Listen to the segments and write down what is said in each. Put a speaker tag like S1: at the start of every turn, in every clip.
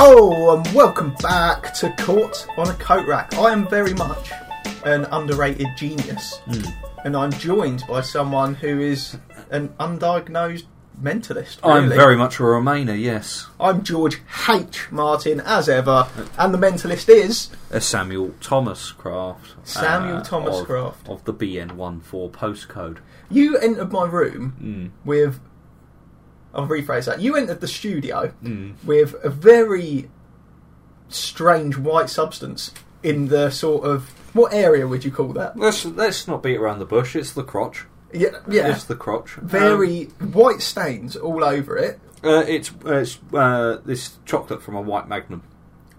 S1: Oh, and welcome back to Caught on a Coat Rack. I am very much an underrated genius,
S2: Hmm.
S1: and I'm joined by someone who is an undiagnosed mentalist. Really.
S2: I'm very much a Remainer, yes.
S1: I'm George H. Martin, as ever, and the mentalist is.
S2: A Samuel Thomas Craft. uh,
S1: Samuel Thomas
S2: of,
S1: Craft.
S2: Of the BN14 postcode.
S1: You entered my room
S2: Hmm.
S1: with. I'll rephrase that. You entered the studio
S2: Hmm.
S1: with a very strange white substance in the sort of. What area would you call that?
S2: Let's, let's not beat around the bush, it's the crotch.
S1: Yeah, yeah.
S2: It's the crotch.
S1: very white stains all over it.
S2: Um, uh, it's it's uh, this chocolate from a white magnum.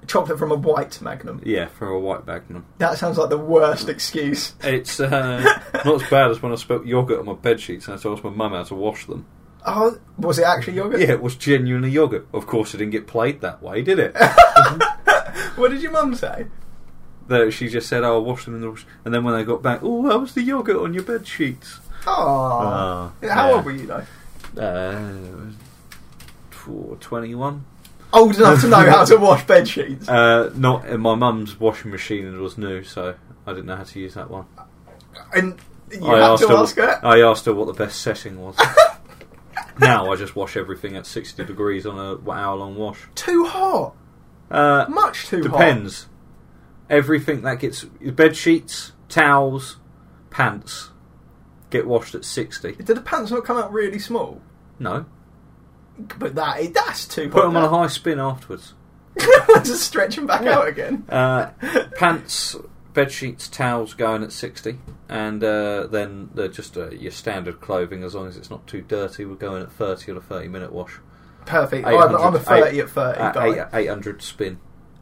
S1: Chocolate from a white Magnum.
S2: Yeah, from a white magnum.
S1: That sounds like the worst excuse.
S2: It's uh, not as bad as when I spilt yogurt on my bed sheets and I told my mum how to wash them.
S1: Oh, was it actually yogurt?
S2: Yeah, it was genuinely yogurt. Of course, it didn't get played that way, did it?
S1: What did your mum say?
S2: Though she just said, "Oh, I'll wash them in the wash," and then when I got back, "Oh, how was the yogurt on your bed sheets?"
S1: Oh,
S2: Ah,
S1: how
S2: yeah.
S1: old were you though?
S2: Uh, for 21.
S1: Old enough to know how to wash bed sheets.
S2: Uh, not and my mum's washing machine was new, so I didn't know how to use that one.
S1: And you
S2: I
S1: had to
S2: her,
S1: ask her.
S2: I asked her what the best setting was. now I just wash everything at 60 degrees on a hour-long wash.
S1: Too hot.
S2: Uh,
S1: Much too hot.
S2: depends. Everything that gets bed sheets, towels, pants get washed at 60.
S1: Did the pants not come out really small?
S2: No,
S1: But that that's too
S2: put
S1: hot.
S2: them on a high spin afterwards.
S1: high. Just stretch them back out again.
S2: Uh, pants, bed sheets, towels going at sixty, and uh, then they're just uh, your standard clothing as long as it's not too dirty. We're going at thirty on a thirty-minute wash.
S1: Perfect. I'm, I'm a 30 at 30. guy.
S2: uh, Eight hundred spin. Mm,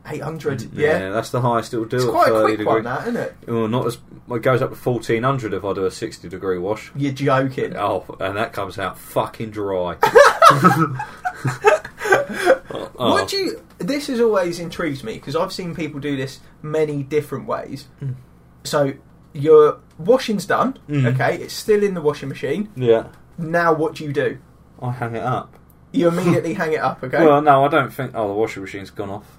S1: 800, yeah.
S2: that's the highest it'll do.
S1: It's
S2: at
S1: quite a
S2: 30
S1: quick
S2: degree.
S1: one, that, isn't it?
S2: Well, not as well, it goes up to fourteen hundred if I do a sixty-degree wash.
S1: You're joking.
S2: Oh, and that comes out fucking dry. Oh.
S1: Would you? This has always intrigued me because I've seen people do this many different ways. So your washing's done.
S2: Mm-hmm.
S1: Okay, it's still in the washing machine.
S2: Yeah,
S1: Now what do you do?
S2: I hang it up.
S1: You immediately hang it up. Okay.
S2: Well, no, I don't think. Oh, the washing machine's gone off.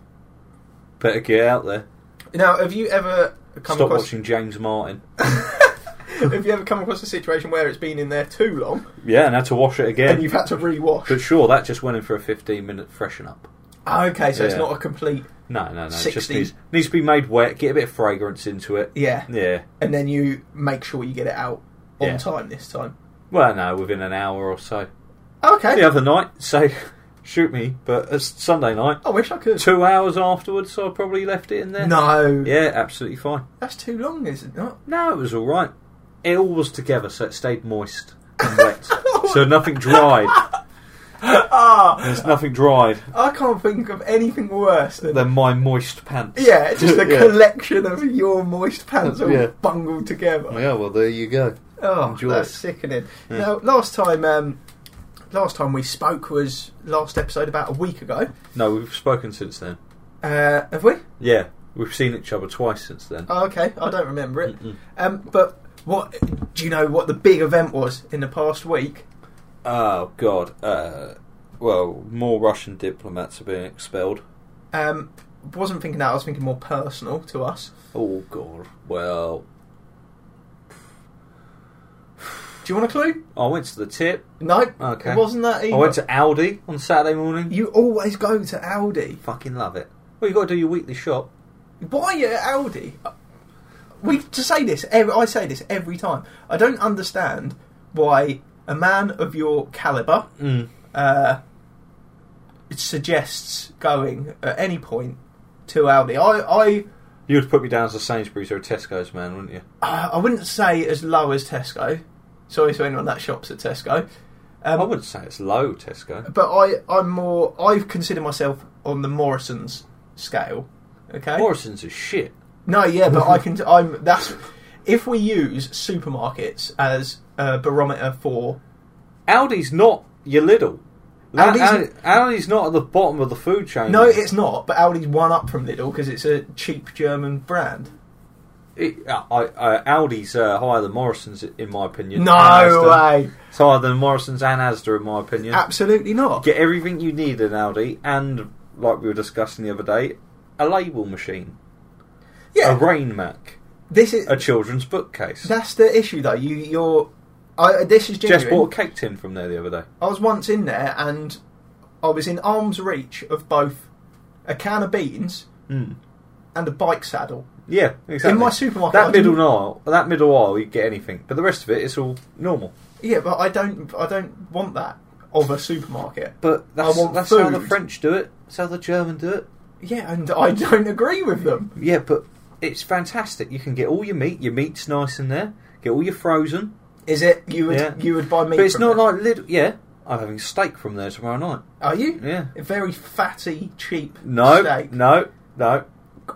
S2: Better get out there.
S1: now, have you ever come
S2: Stop
S1: across?
S2: watching James Martin.
S1: have you ever come across a situation where it's been in there too long
S2: Yeah, and had to wash it
S1: and
S2: again.
S1: you've had to rewash?
S2: But sure, that just went in for a 15 minute freshen up.
S1: Okay, so it's
S2: Yeah.
S1: not a complete.
S2: No, no, no. It just
S1: 60.
S2: needs, needs to be made wet, get a bit of fragrance into it.
S1: Yeah.
S2: Yeah.
S1: And then you make sure you get it out on
S2: Yeah.
S1: time this time.
S2: Well, no, within an hour or so.
S1: Okay.
S2: The other night, so shoot me, but it's Sunday night,
S1: I wish I could.
S2: two hours afterwards, so I probably left it in there.
S1: No.
S2: Yeah, absolutely fine.
S1: That's too long, is it not?
S2: No, it was all right. It all was together, so it stayed moist and wet. so nothing dried. There's nothing dried
S1: I can't think of anything worse than
S2: than my moist pants.
S1: Yeah, just a
S2: Yeah.
S1: collection of your moist pants all
S2: Yeah.
S1: bungled together.
S2: Yeah, well, there you go.
S1: Oh,
S2: Enjoy
S1: that's
S2: it.
S1: sickening. Now, last time, um, last time we spoke was last episode about a week ago.
S2: No, we've spoken since then.
S1: Uh, have we?
S2: Yeah, we've seen each other twice since then.
S1: Oh, okay, I don't remember it. Um, but what do you know? What the big event was in the past week?
S2: Oh God. Uh, well, more Russian diplomats are being expelled.
S1: Um, wasn't thinking that. I was thinking more personal to us.
S2: Oh God. Well,
S1: Do you want a clue?
S2: I went to the tip.
S1: No.
S2: Okay.
S1: It wasn't that
S2: I
S1: either.
S2: went to Aldi on Saturday morning.
S1: you always go to Aldi.
S2: Fucking love it. Well, you got to do your weekly shop.
S1: Why at Aldi? We to say this. ev I say this every time. I don't understand why a man of your caliber
S2: Mm.
S1: uh, suggests going at any point to Aldi. I
S2: You'd put me down as a Sainsbury's or a Tesco's man, wouldn't you?
S1: I uh, I wouldn't say as low as Tesco. Sorry to anyone that shops at Tesco. Um, uh,
S2: I wouldn't say it's low, Tesco.
S1: but I I'm more. I consider myself on the Morrison's scale. Okay.
S2: Morrison's is shit.
S1: No, yeah, but I can. I'm. That's if we use supermarkets as a barometer for.
S2: Aldi's not your Lidl.
S1: Aldi's-
S2: Aldi's, Aldi's not at the bottom of the food chain.
S1: No, it's not. But Aldi's one up from Lidl because it's a cheap German brand.
S2: It, uh, I, I, Aldi's uh, higher than Morrison's, in my opinion.
S1: No
S2: And Asda.
S1: way.
S2: It's higher than Morrison's and Asda, in my opinion.
S1: Absolutely not.
S2: Get everything you need in Aldi and like we were discussing the other day, a label machine,
S1: Yeah,
S2: a rain mac,
S1: this is
S2: a children's bookcase.
S1: that's the issue though. You you're I, this is genuine.
S2: Just bought a cake tin from there the other day.
S1: I was once in there and I was in arm's reach of both a can of beans
S2: Mm.
S1: and a bike saddle.
S2: Yeah, exactly.
S1: In my supermarket, I
S2: that
S1: didn't-
S2: middle aisle, that middle aisle, you get anything, but the rest of it, it's all normal.
S1: Yeah, but I don't I don't want that of a supermarket.
S2: But that's,
S1: I want
S2: that's
S1: food.
S2: how the French do it. That's how the German do it.
S1: Yeah, and I don't agree with them.
S2: Yeah, but it's fantastic. You can get all your meat. Your meat's nice in there. Get all your frozen.
S1: Is it you would
S2: Yeah.
S1: you would buy meat?
S2: but it's
S1: from
S2: not
S1: there?
S2: like Lidl. Yeah, I'm having steak from there tomorrow night.
S1: Are you?
S2: Yeah.
S1: A very fatty, cheap
S2: No,
S1: steak.
S2: no, no.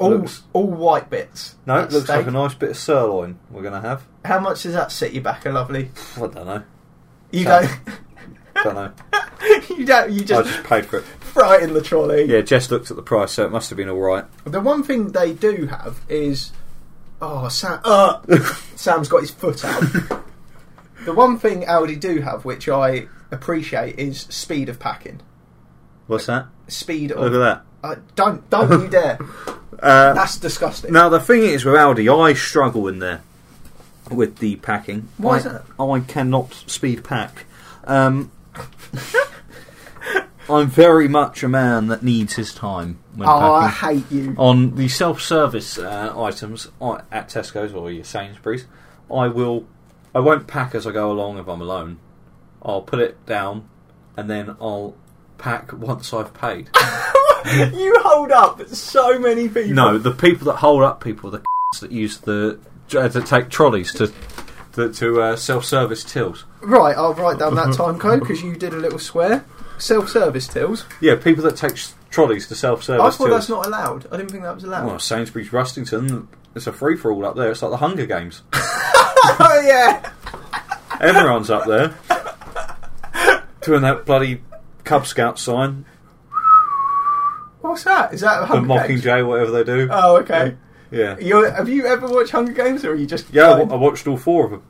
S1: all
S2: looks-
S1: all white bits.
S2: No,
S1: That
S2: it looks like
S1: steak.
S2: a nice bit of sirloin we're going to have.
S1: How much does that set you back? A lovely.
S2: I don't know.
S1: You
S2: Sounds-
S1: don't.
S2: Don't know.
S1: you don't. You
S2: I
S1: just,
S2: just paid for it.
S1: throw it in the trolley.
S2: Yeah, Jess looked at the price, so it must have been all right.
S1: The one thing they do have is, oh Sam, uh, Sam's got his foot out. the one thing Audi do have, which I appreciate, is speed of packing.
S2: What's that?
S1: Speed of
S2: Look at
S1: Uh, don't don't you dare.
S2: that. Uh,
S1: That's disgusting.
S2: Now the thing is with Audi, I struggle in there with the packing.
S1: Why
S2: I,
S1: is that?
S2: I cannot speed pack. Um, I'm very much a man that needs his time when
S1: Oh, I
S2: packing.
S1: hate you.
S2: On the self-service uh, items I, at Tesco's or your Sainsbury's, I will. I won't pack as I go along if I'm alone. I'll put it down, and then I'll pack once I've paid.
S1: you hold up so many people.
S2: No, the people that hold up people, the c***s that use the uh, to take trolleys to to, to uh, self-service tills.
S1: Right, I'll write down that time code because you did a little swear. Self-service tills.
S2: Yeah, people that take s- trolleys to
S1: I
S2: self-service
S1: thought
S2: tills.
S1: that's not allowed. I didn't think that was allowed.
S2: well, Sainsbury's Rustington, it's a free for all up there. It's like the Hunger Games.
S1: oh yeah.
S2: Everyone's up there doing that bloody Cub Scout sign,
S1: What's that? Is that
S2: the
S1: Hunger Games?
S2: Mockingjay, whatever they do.
S1: Oh, okay.
S2: yeah, yeah.
S1: You're, have you ever watched Hunger Games, or are you just?
S2: I wa- I watched all four of them.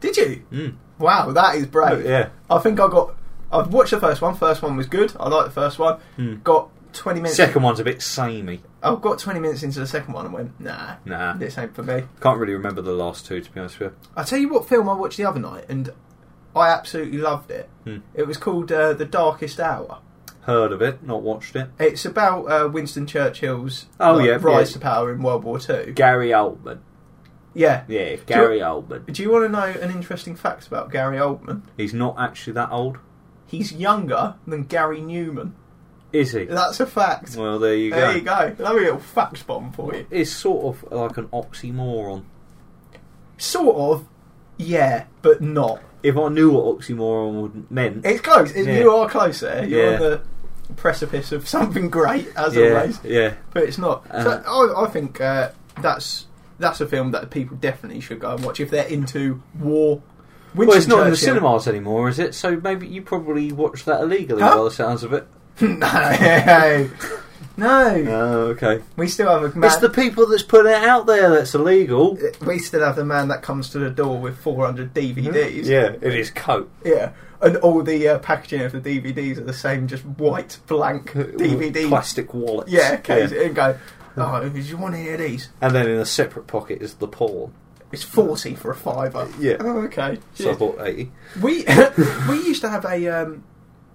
S1: did you?
S2: Mm.
S1: Wow, that is brave.
S2: Yeah.
S1: I think I got. I've watched the first one. First one was good. I liked the first one. Got twenty minutes.
S2: Hmm. Second one's a bit samey.
S1: I got twenty minutes into the second one and went, nah,
S2: Nah,
S1: this ain't for me.
S2: can't really remember the last two to be honest with you.
S1: I tell you what film I watched the other night, and I absolutely loved it.
S2: Hmm.
S1: It was called uh, The Darkest Hour.
S2: Heard of it, not watched it.
S1: It's about uh, Winston Churchill's
S2: Oh,
S1: like,
S2: yeah,
S1: rise
S2: yeah.
S1: to power in World War Two.
S2: Gary Oldman.
S1: yeah.
S2: Yeah, Gary Oldman.
S1: Do you want to know an interesting fact about Gary Oldman?
S2: He's not actually that old,
S1: He's younger than Gary Newman.
S2: is he?
S1: That's a fact.
S2: Well, there you
S1: there
S2: go.
S1: you go. Another little fact bomb for you.
S2: It's sort of like an oxymoron.
S1: Sort of, yeah, but not.
S2: If I knew what oxymoron would- meant,
S1: It's close. It,
S2: Yeah.
S1: You are close there. You're
S2: Yeah.
S1: on the precipice of something great, as
S2: yeah,
S1: always.
S2: yeah,
S1: But it's not.
S2: Uh-huh.
S1: so I, I think uh, that's that's a film that people definitely should go and watch if they're into war. Winston
S2: well, it's not in the
S1: Churchill-
S2: cinemas anymore, is it? So maybe you probably watched that illegally,
S1: Huh?
S2: by the sounds of it.
S1: no, no.
S2: Oh, okay.
S1: We still have a man.
S2: It's the people that's putting it out there that's illegal.
S1: we still have the man that comes to the door with 400 DVDs.
S2: Mm-hmm. Yeah, it is coke.
S1: Yeah, and all the uh, packaging of the DVDs are the same, just white blank
S2: Uh,
S1: DVD.
S2: plastic wallets.
S1: Yeah, case and go. Oh, do you want to hear these?
S2: And then in a separate pocket is the porn.
S1: It's forty for a fiver.
S2: Yeah.
S1: Oh, okay.
S2: So I bought eighty.
S1: We we used to have a um,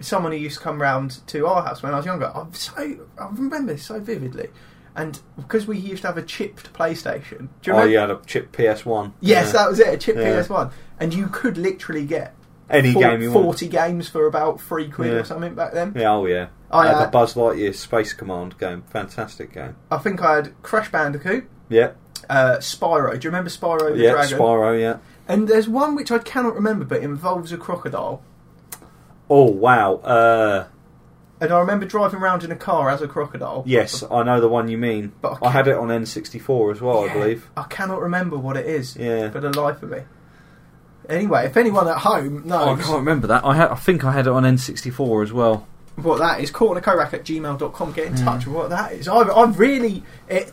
S1: someone who used to come round to our house when I was younger. I'm so I remember this so vividly, and because we used to have a chipped PlayStation. Do you
S2: Oh,
S1: remember?
S2: you had a chip PS One.
S1: Yes, that was it. A chip
S2: Yeah.
S1: PS One, and you could literally get
S2: any
S1: four-
S2: game you want.
S1: forty games for about three quid
S2: Yeah.
S1: or something back then.
S2: Yeah, oh yeah.
S1: Oh,
S2: I had
S1: yeah.
S2: the Buzz Lightyear Space Command game. Fantastic game.
S1: I think I had Crash Bandicoot,
S2: Yeah.
S1: uh, Spyro. Do you remember Spyro the
S2: yeah,
S1: Dragon?
S2: Spyro, yeah.
S1: And there's one which I cannot remember, but involves a crocodile.
S2: Oh wow. Uh
S1: And I remember driving around in a car as a crocodile.
S2: yes, I know the one you mean.
S1: But I
S2: I had it on N sixty four as well,
S1: Oh, Yeah.
S2: I believe.
S1: I cannot remember what it is
S2: Yeah.
S1: for the life of me. Anyway, if anyone at home
S2: Oh,
S1: knows
S2: I can't remember that. I had, I think I had it on N sixty four as well.
S1: what that is, cornercorack at gmail.com, get in
S2: Hmm.
S1: touch with what that is. I've, I've really. It,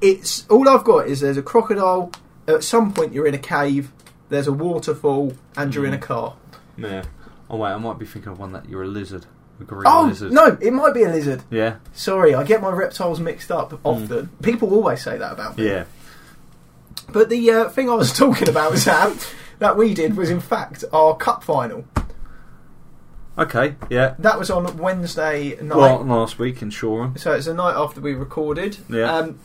S1: it's All I've got is there's a crocodile, at some point you're in a cave, there's
S2: Hmm.
S1: a waterfall, and you're in a car.
S2: Yeah. Oh wait, I might be thinking of one that you're a lizard. a green
S1: Oh
S2: lizard.
S1: no, it might be a lizard.
S2: Yeah,
S1: Sorry, I get my reptiles mixed
S2: Hmm.
S1: up often. People always say that about me.
S2: yeah.
S1: But the uh, thing I was talking about, Sam, that we did was in fact our cup final.
S2: Okay, yeah.
S1: That was on Wednesday night.
S2: Well, last week in Shoreham.
S1: So it's the night after we recorded.
S2: Yeah.
S1: Um,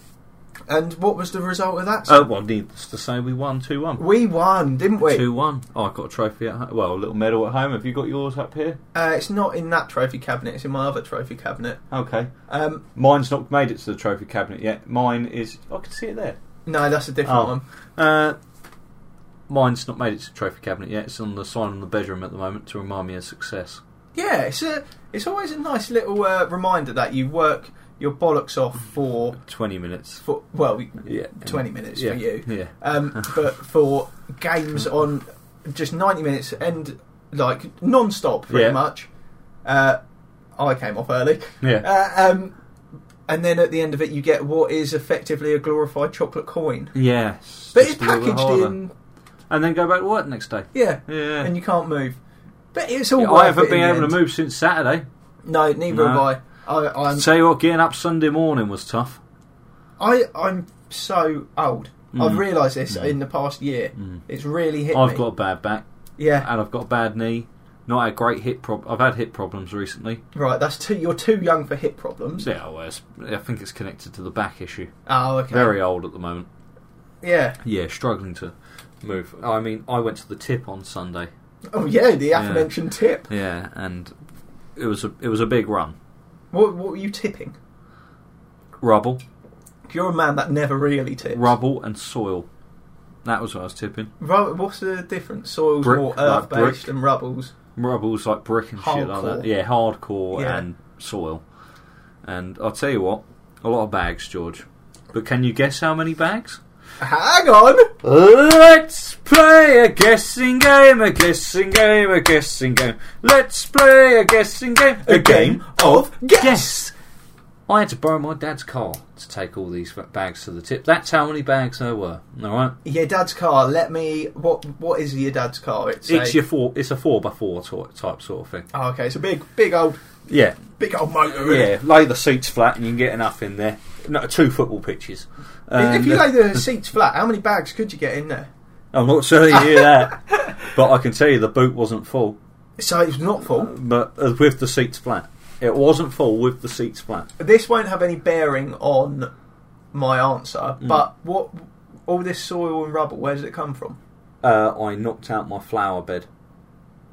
S1: and what was the result of that?
S2: Oh, well, needless to say, we won 2 1.
S1: we won, didn't we?
S2: 2 1. Oh, I got a trophy at home. Well, a little medal at home. Have you got yours up here?
S1: Uh, it's not in that trophy cabinet. It's in my other trophy cabinet.
S2: Okay.
S1: Um,
S2: Mine's not made it to the trophy cabinet yet. Mine is. I can see it there.
S1: no, that's a different
S2: Oh.
S1: one.
S2: Uh, mine's not made it to the trophy cabinet yet. It's on the sign in the bedroom at the moment to remind me of success.
S1: Yeah, it's a, it's always a nice little uh, reminder that you work your bollocks off for
S2: 20 minutes.
S1: for well,
S2: Yeah.
S1: twenty minutes
S2: yeah.
S1: for you.
S2: Yeah.
S1: um, but for games on just 90 minutes and like non-stop pretty
S2: Yeah.
S1: much uh, i came off early
S2: Yeah.
S1: uh, um, and then at the end of it you get what is effectively a glorified chocolate coin
S2: Yeah.
S1: but
S2: Just
S1: it's
S2: a little bit
S1: packaged
S2: harder.
S1: in
S2: And then go back to work next day.
S1: yeah,
S2: Yeah.
S1: and you can't move but it's all
S2: Yeah,
S1: worth
S2: I haven't
S1: it in
S2: been
S1: the
S2: able
S1: end.
S2: to move since Saturday.
S1: no neither
S2: No.
S1: have i, I I'm,
S2: Tell you what, getting up Sunday morning was tough.
S1: I i'm so old i've
S2: Mm.
S1: realised this
S2: Mm.
S1: in the past year
S2: Mm.
S1: it's really hit
S2: I've
S1: me
S2: got a bad back
S1: yeah
S2: and I've got a bad knee. Not had great hip prob. I've had hip problems recently.
S1: right that's too you're too young for hip problems
S2: Yeah, well, it's, I think it's connected to the back issue.
S1: oh okay
S2: Very old at the moment.
S1: Yeah.
S2: Yeah, struggling to move. I mean, I went to the tip on Sunday.
S1: Oh yeah, the
S2: Yeah.
S1: aforementioned tip.
S2: Yeah, and it was a it was a big run.
S1: What what were you tipping?
S2: Rubble,
S1: You're a man that never really tips.
S2: rubble, and soil. That was what I was tipping.
S1: Ru- what's the difference? Soils
S2: Brick,
S1: more
S2: like
S1: earth based
S2: brick.
S1: and rubble's.
S2: Rubble's like brick and shit like
S1: Hardcore.
S2: that. Yeah, hardcore
S1: Yeah.
S2: and soil. And I'll tell you what, a lot of bags, George. But can you guess how many bags?
S1: Hang on.
S2: Let's play a guessing game, a guessing game, a guessing game. Let's play a guessing game,
S1: A game of guess.
S2: I had to borrow my dad's car to take all these bags to the tip. That's how many bags there were. All right,
S1: Your dad's car. Let me. What what is your dad's car? It's, a-
S2: it's your four. It's a four by four to- type sort of thing.
S1: Oh, okay, it's a big big old
S2: Yeah,
S1: big old motor. isn't it?
S2: yeah. Lay the seats flat, and you can get enough in there. No, two football pitches.
S1: If- if
S2: And-
S1: you lay the seats flat, how many bags could you get in there?
S2: I'm not sure you hear that, but I can tell you the boot wasn't full.
S1: So it's not full.
S2: but uh, with the seats flat. It wasn't full with the seats flat.
S1: This won't have any bearing on my answer.
S2: Mm.
S1: But what all this soil and rubble? Where does it come from?
S2: Uh, I knocked out my flower bed.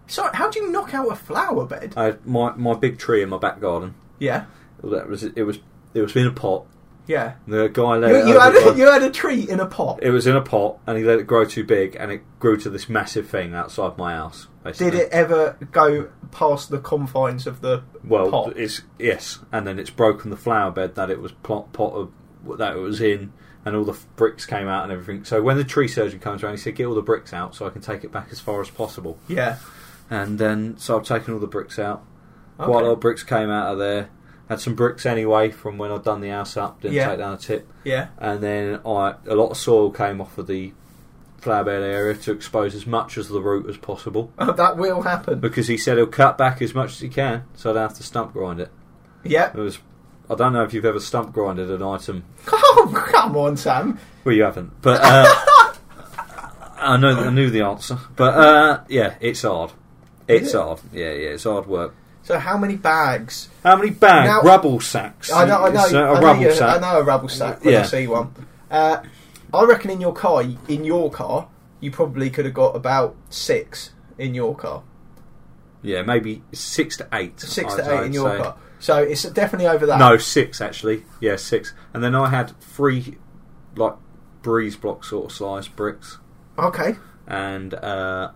S1: Sorry, how do you knock out a flower bed?
S2: I had my my big tree in my back garden.
S1: yeah,
S2: That was it was it was in a pot.
S1: yeah.
S2: The guy let it.
S1: You, you,
S2: over-
S1: had a, you had a tree in a pot.
S2: it was in a pot, and he let it grow too big, and it grew to this massive thing outside my house. Basically.
S1: Did it ever go past the confines of the
S2: Well,
S1: pot?
S2: it's yes, and then it's broken the flower bed that it was plot pot of that it was in, and all the f- bricks came out and everything. So when the tree surgeon comes around, he said, "Get all the bricks out, so I can take it back as far as possible."
S1: yeah.
S2: and then so I've taken all the bricks out.
S1: Okay.
S2: Quite a lot of bricks came out of there. Had some bricks anyway from when I'd done the house up. Didn't
S1: Yeah.
S2: take down a tip,
S1: Yeah.
S2: and then I a lot of soil came off of the flower bed area to expose as much as the root as possible.
S1: that will happen.
S2: Because he said he'll cut back as much as he can, so I'd have to stump grind it.
S1: Yeah.
S2: It was I don't know if you've ever stump grinded an item.
S1: Oh, come on, Sam.
S2: Well, you haven't, but uh, I know I knew the answer. But uh, yeah, it's hard.
S1: Is
S2: It's
S1: it?
S2: hard. Yeah, yeah, it's hard work.
S1: So, how many bags?
S2: How many bags?
S1: Now-
S2: rubble sacks.
S1: I know, I know,
S2: It's, uh, a
S1: I, know
S2: rubble
S1: you-
S2: sack.
S1: I know a rubble sack when I
S2: Yeah.
S1: see one. Uh, I reckon in your car, in your car, you probably could have got about six in your car.
S2: Yeah, maybe six to eight.
S1: Six
S2: I'd-
S1: to eight
S2: I'd
S1: in your
S2: say.
S1: car. So it's definitely over that.
S2: No, six actually. Yeah, six. And then I had three, like breeze block sort of size bricks,
S1: Okay.
S2: and uh,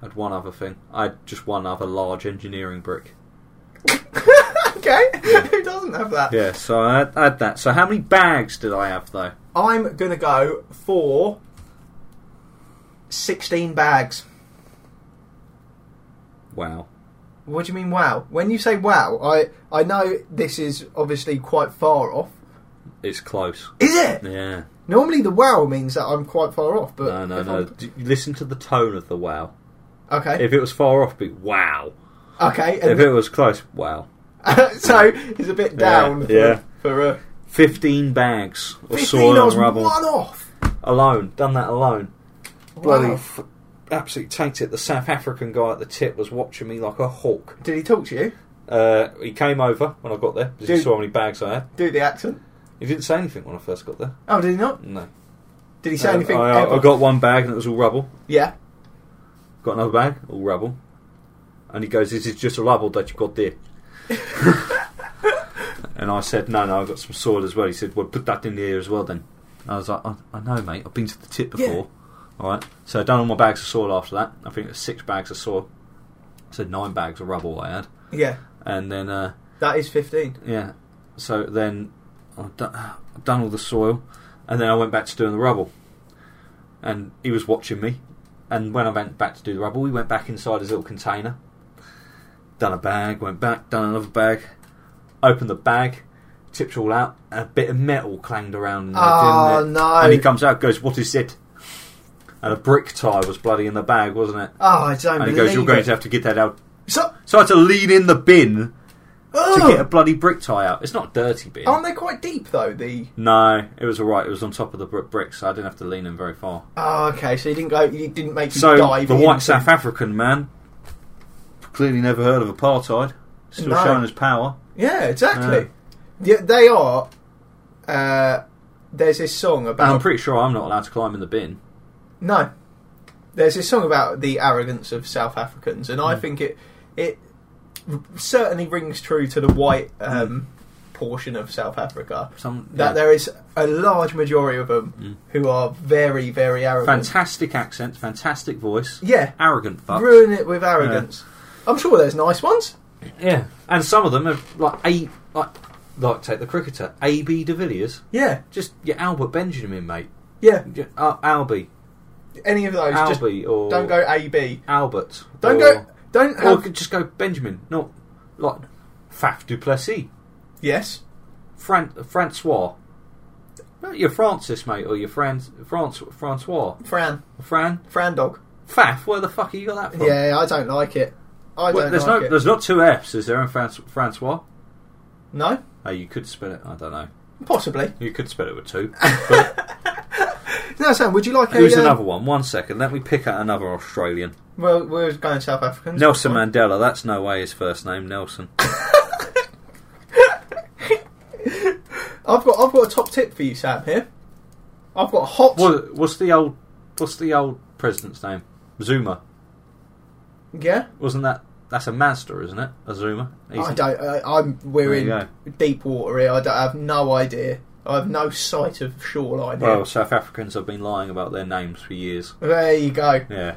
S2: had one other thing. I had just one other large engineering brick.
S1: Okay. Who doesn't have that?
S2: Yeah, so I had, I had that. So how many bags did I have though?
S1: I'm gonna go for sixteen bags.
S2: Wow.
S1: What do you mean? Wow. When you say wow, I I know this is obviously quite far off.
S2: It's close.
S1: Is it?
S2: Yeah.
S1: Normally, the wow means that I'm quite far off. But
S2: No, no,
S1: if
S2: no.
S1: I'm-
S2: D- Listen to the tone of the wow.
S1: Okay.
S2: If it was far off, it'd be wow.
S1: Okay,
S2: If
S1: and
S2: it was close, wow.
S1: so he's a bit down
S2: yeah.
S1: for, for uh,
S2: 15 bags of
S1: 15
S2: soil
S1: dollars
S2: and rubble.
S1: one off.
S2: Alone. Done that alone. Bloody
S1: Wow.
S2: f- absolutely tanked it. The South African guy at the tip was watching me like a hawk.
S1: Did he talk to you?
S2: Uh, he came over when I got there because he
S1: Dude.
S2: saw how many bags I had.
S1: Do the accent?
S2: He didn't say anything when I first got there.
S1: Oh, did he not?
S2: No.
S1: Did he say
S2: Uh,
S1: anything?
S2: I, I-
S1: ever?
S2: I got one bag and it was all rubble.
S1: Yeah.
S2: Got another bag, all rubble. And he goes, This is just a rubble that you got there. and I said, No, no, I've got some soil as well. He said, Well, put that in there as well then. And I was like, I, I know, mate. I've been to the tip
S1: Yeah.
S2: before. All right. So I done all my bags of soil after that. I think it was six bags of soil. So nine bags of rubble I had.
S1: Yeah.
S2: And then, uh,
S1: That is 15.
S2: yeah. So then I've done, I've done all the soil, and then I went back to doing the rubble. And he was watching me. And when I went back to do the rubble, he went back inside his little container. Done a bag, went back, done another bag, opened the bag, tipped it all out, and a bit of metal clanged around. in there,
S1: Oh,
S2: didn't it?
S1: no.
S2: And he comes out, goes, "What is it?" And a brick tie was bloody in the bag, wasn't it?
S1: Oh, I don't
S2: And he
S1: believe
S2: goes, "You're
S1: it.
S2: going to have to get that out."
S1: So,
S2: So I had to lean in the bin to
S1: oh,
S2: get a bloody brick tie out. It's not a dirty bin.
S1: aren't they quite deep though? The
S2: No, it was alright. It was on top of the br- bricks, so I didn't have to lean in very far.
S1: oh, okay. So you didn't go. You didn't make you
S2: So
S1: dive.
S2: the white
S1: in.
S2: South African man clearly never heard of apartheid. Still
S1: No.
S2: showing his power.
S1: Yeah, exactly. Yeah, they are. Uh, there's this song
S2: And
S1: about.
S2: I'm pretty sure I'm not allowed to climb in the bin.
S1: No. There's this song about the arrogance of South Africans, and
S2: Mm.
S1: I think it it certainly rings true to the white um, portion of South Africa.
S2: Mm. Some
S1: That
S2: yeah. Mm.
S1: there is a large majority of them who are very, very arrogant.
S2: fantastic accent, fantastic voice,
S1: Yeah,
S2: arrogant fuck.
S1: ruin it with arrogance. I'm sure there's nice ones.
S2: Yeah, and some of them are like a like like take the cricketer A B de Villiers.
S1: Yeah,
S2: Just your Albert Benjamin, mate.
S1: yeah.
S2: Your, uh, Albie,
S1: Any of those. Oh, Just
S2: Albie, or
S1: don't go AB.
S2: Albert.
S1: Don't
S2: or-
S1: go. Don't
S2: Or
S1: have.
S2: could just go Benjamin, not like Faf du Plessis,
S1: yes.
S2: Fran- Francois. Not your Francis, mate, or your Fran- France- Francois.
S1: Fran.
S2: Fran?
S1: Fran dog.
S2: Faf, where the fuck have you got that from?
S1: Yeah, I don't like it. I
S2: Well,
S1: don't
S2: there's,
S1: like
S2: no,
S1: it.
S2: there's not two F's, is there, in Fran- Francois?
S1: No?
S2: Oh, you could spell it, I don't know.
S1: Possibly.
S2: You could spell it with two.
S1: No, Sam, would you like
S2: Who's
S1: a... uh,
S2: another one? One second, let me pick out another Australian.
S1: Well, we're going South Africans.
S2: Nelson Mandela, that's no way his first name, Nelson.
S1: I've got I've got a top tip for you, Sam. Here, I've got a hot.
S2: what, what's the old What's the old president's name? Zuma.
S1: Yeah,
S2: Wasn't that. That's a Mazda, isn't it? A Zuma? He's-
S1: I don't. Uh, I'm we're
S2: There
S1: in
S2: you go.
S1: deep water here. I, don't, I have no idea. I have no sight of shoreline.
S2: Well,
S1: Here.
S2: South Africans have been lying about their names for years.
S1: There you go.
S2: Yeah.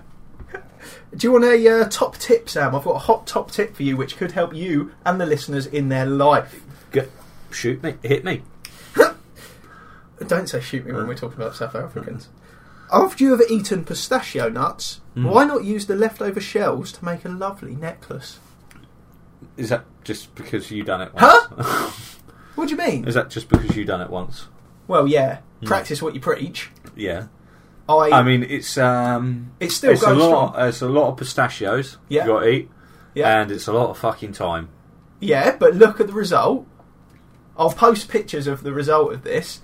S1: Do you want a uh, top tip, Sam? I've got a hot top tip for you, which could help you and the listeners in their life.
S2: Get, shoot me. Hit me.
S1: Don't say shoot me when we're talking about South Africans. After you have eaten pistachio nuts,
S2: Hmm.
S1: why not use the leftover shells to make a lovely necklace?
S2: Is that just because you done it once?
S1: Huh? What do you mean?
S2: Is that just because you done it once?
S1: Well, yeah, practice what you preach.
S2: Yeah.
S1: I,
S2: I mean, it's um,
S1: It's still
S2: it's a
S1: going
S2: lot. It's a lot of pistachios.
S1: Yeah.
S2: You got to eat.
S1: Yeah.
S2: And it's a lot of fucking time.
S1: yeah, but look at the result. I'll post pictures of the result of this.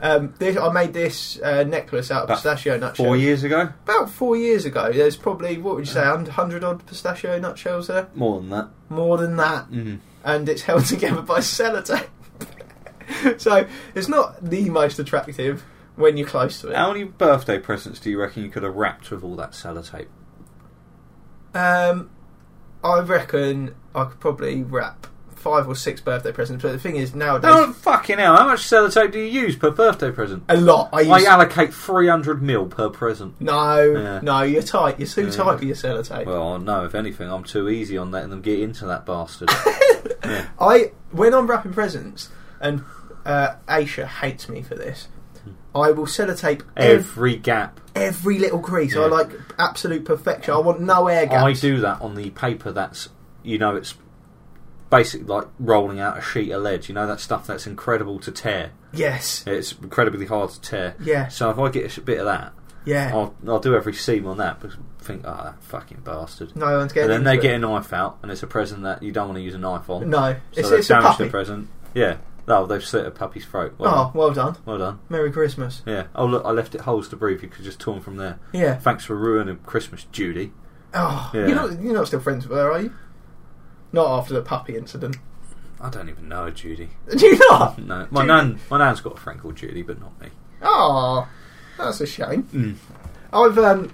S1: Um, this I made this uh, necklace out of
S2: About
S1: pistachio nutshells
S2: Four years Uh-huh. ago.
S1: about four years ago. There's probably what would you say, hundred odd pistachio nutshells there,
S2: More than that.
S1: more than that,
S2: Mm.
S1: and it's held together by sellotape. so it's not the most attractive when you're close to it.
S2: How many birthday presents do you reckon you could have wrapped with all that sellotape?
S1: Um, I reckon I could probably wrap five or six birthday presents. But the thing is, nowadays,
S2: Oh fucking hell! How much sellotape do you use per birthday present?
S1: a lot. I,
S2: I
S1: use,
S2: allocate three hundred mil per present.
S1: no,
S2: Yeah.
S1: no, you're tight. You're too
S2: Yeah.
S1: tight with your sellotape.
S2: Well, no, if anything, I'm too easy on letting them get into that bastard. yeah.
S1: I when I'm wrapping presents, and uh, Aisha hates me for this.
S2: Hmm.
S1: I will sellotape every,
S2: Every gap.
S1: every little crease.
S2: Yeah.
S1: I like absolute perfection. I want no air
S2: I
S1: gaps.
S2: do that on the paper that's, you know, it's basically like rolling out a sheet of lead. You know, that stuff that's incredible to tear.
S1: Yes.
S2: It's incredibly hard to tear.
S1: Yeah.
S2: So if I get a bit of that,
S1: Yeah.
S2: I'll, I'll do every seam on that because I think, oh, that fucking bastard.
S1: No one's getting.
S2: and then they
S1: into
S2: get a
S1: it.
S2: knife out, and it's a present that you don't want to use a knife on.
S1: No,
S2: so
S1: it's,
S2: they've
S1: it's a
S2: damaged the
S1: puppy.
S2: present. Yeah. Oh, they've slit a puppy's throat.
S1: Oh,
S2: Well,
S1: well done.
S2: well done.
S1: Merry Christmas.
S2: Yeah. Oh, look, I left it holes to breathe. You could just torn from there.
S1: Yeah.
S2: Thanks for ruining Christmas, Judy.
S1: Oh,
S2: Yeah.
S1: you're not you're not still friends with her, are you? Not after the puppy incident.
S2: I don't even know Judy.
S1: Do you not?
S2: No, my
S1: Judy.
S2: nan, my nan's got a friend called Judy, but not me.
S1: Oh, that's a shame. I've um,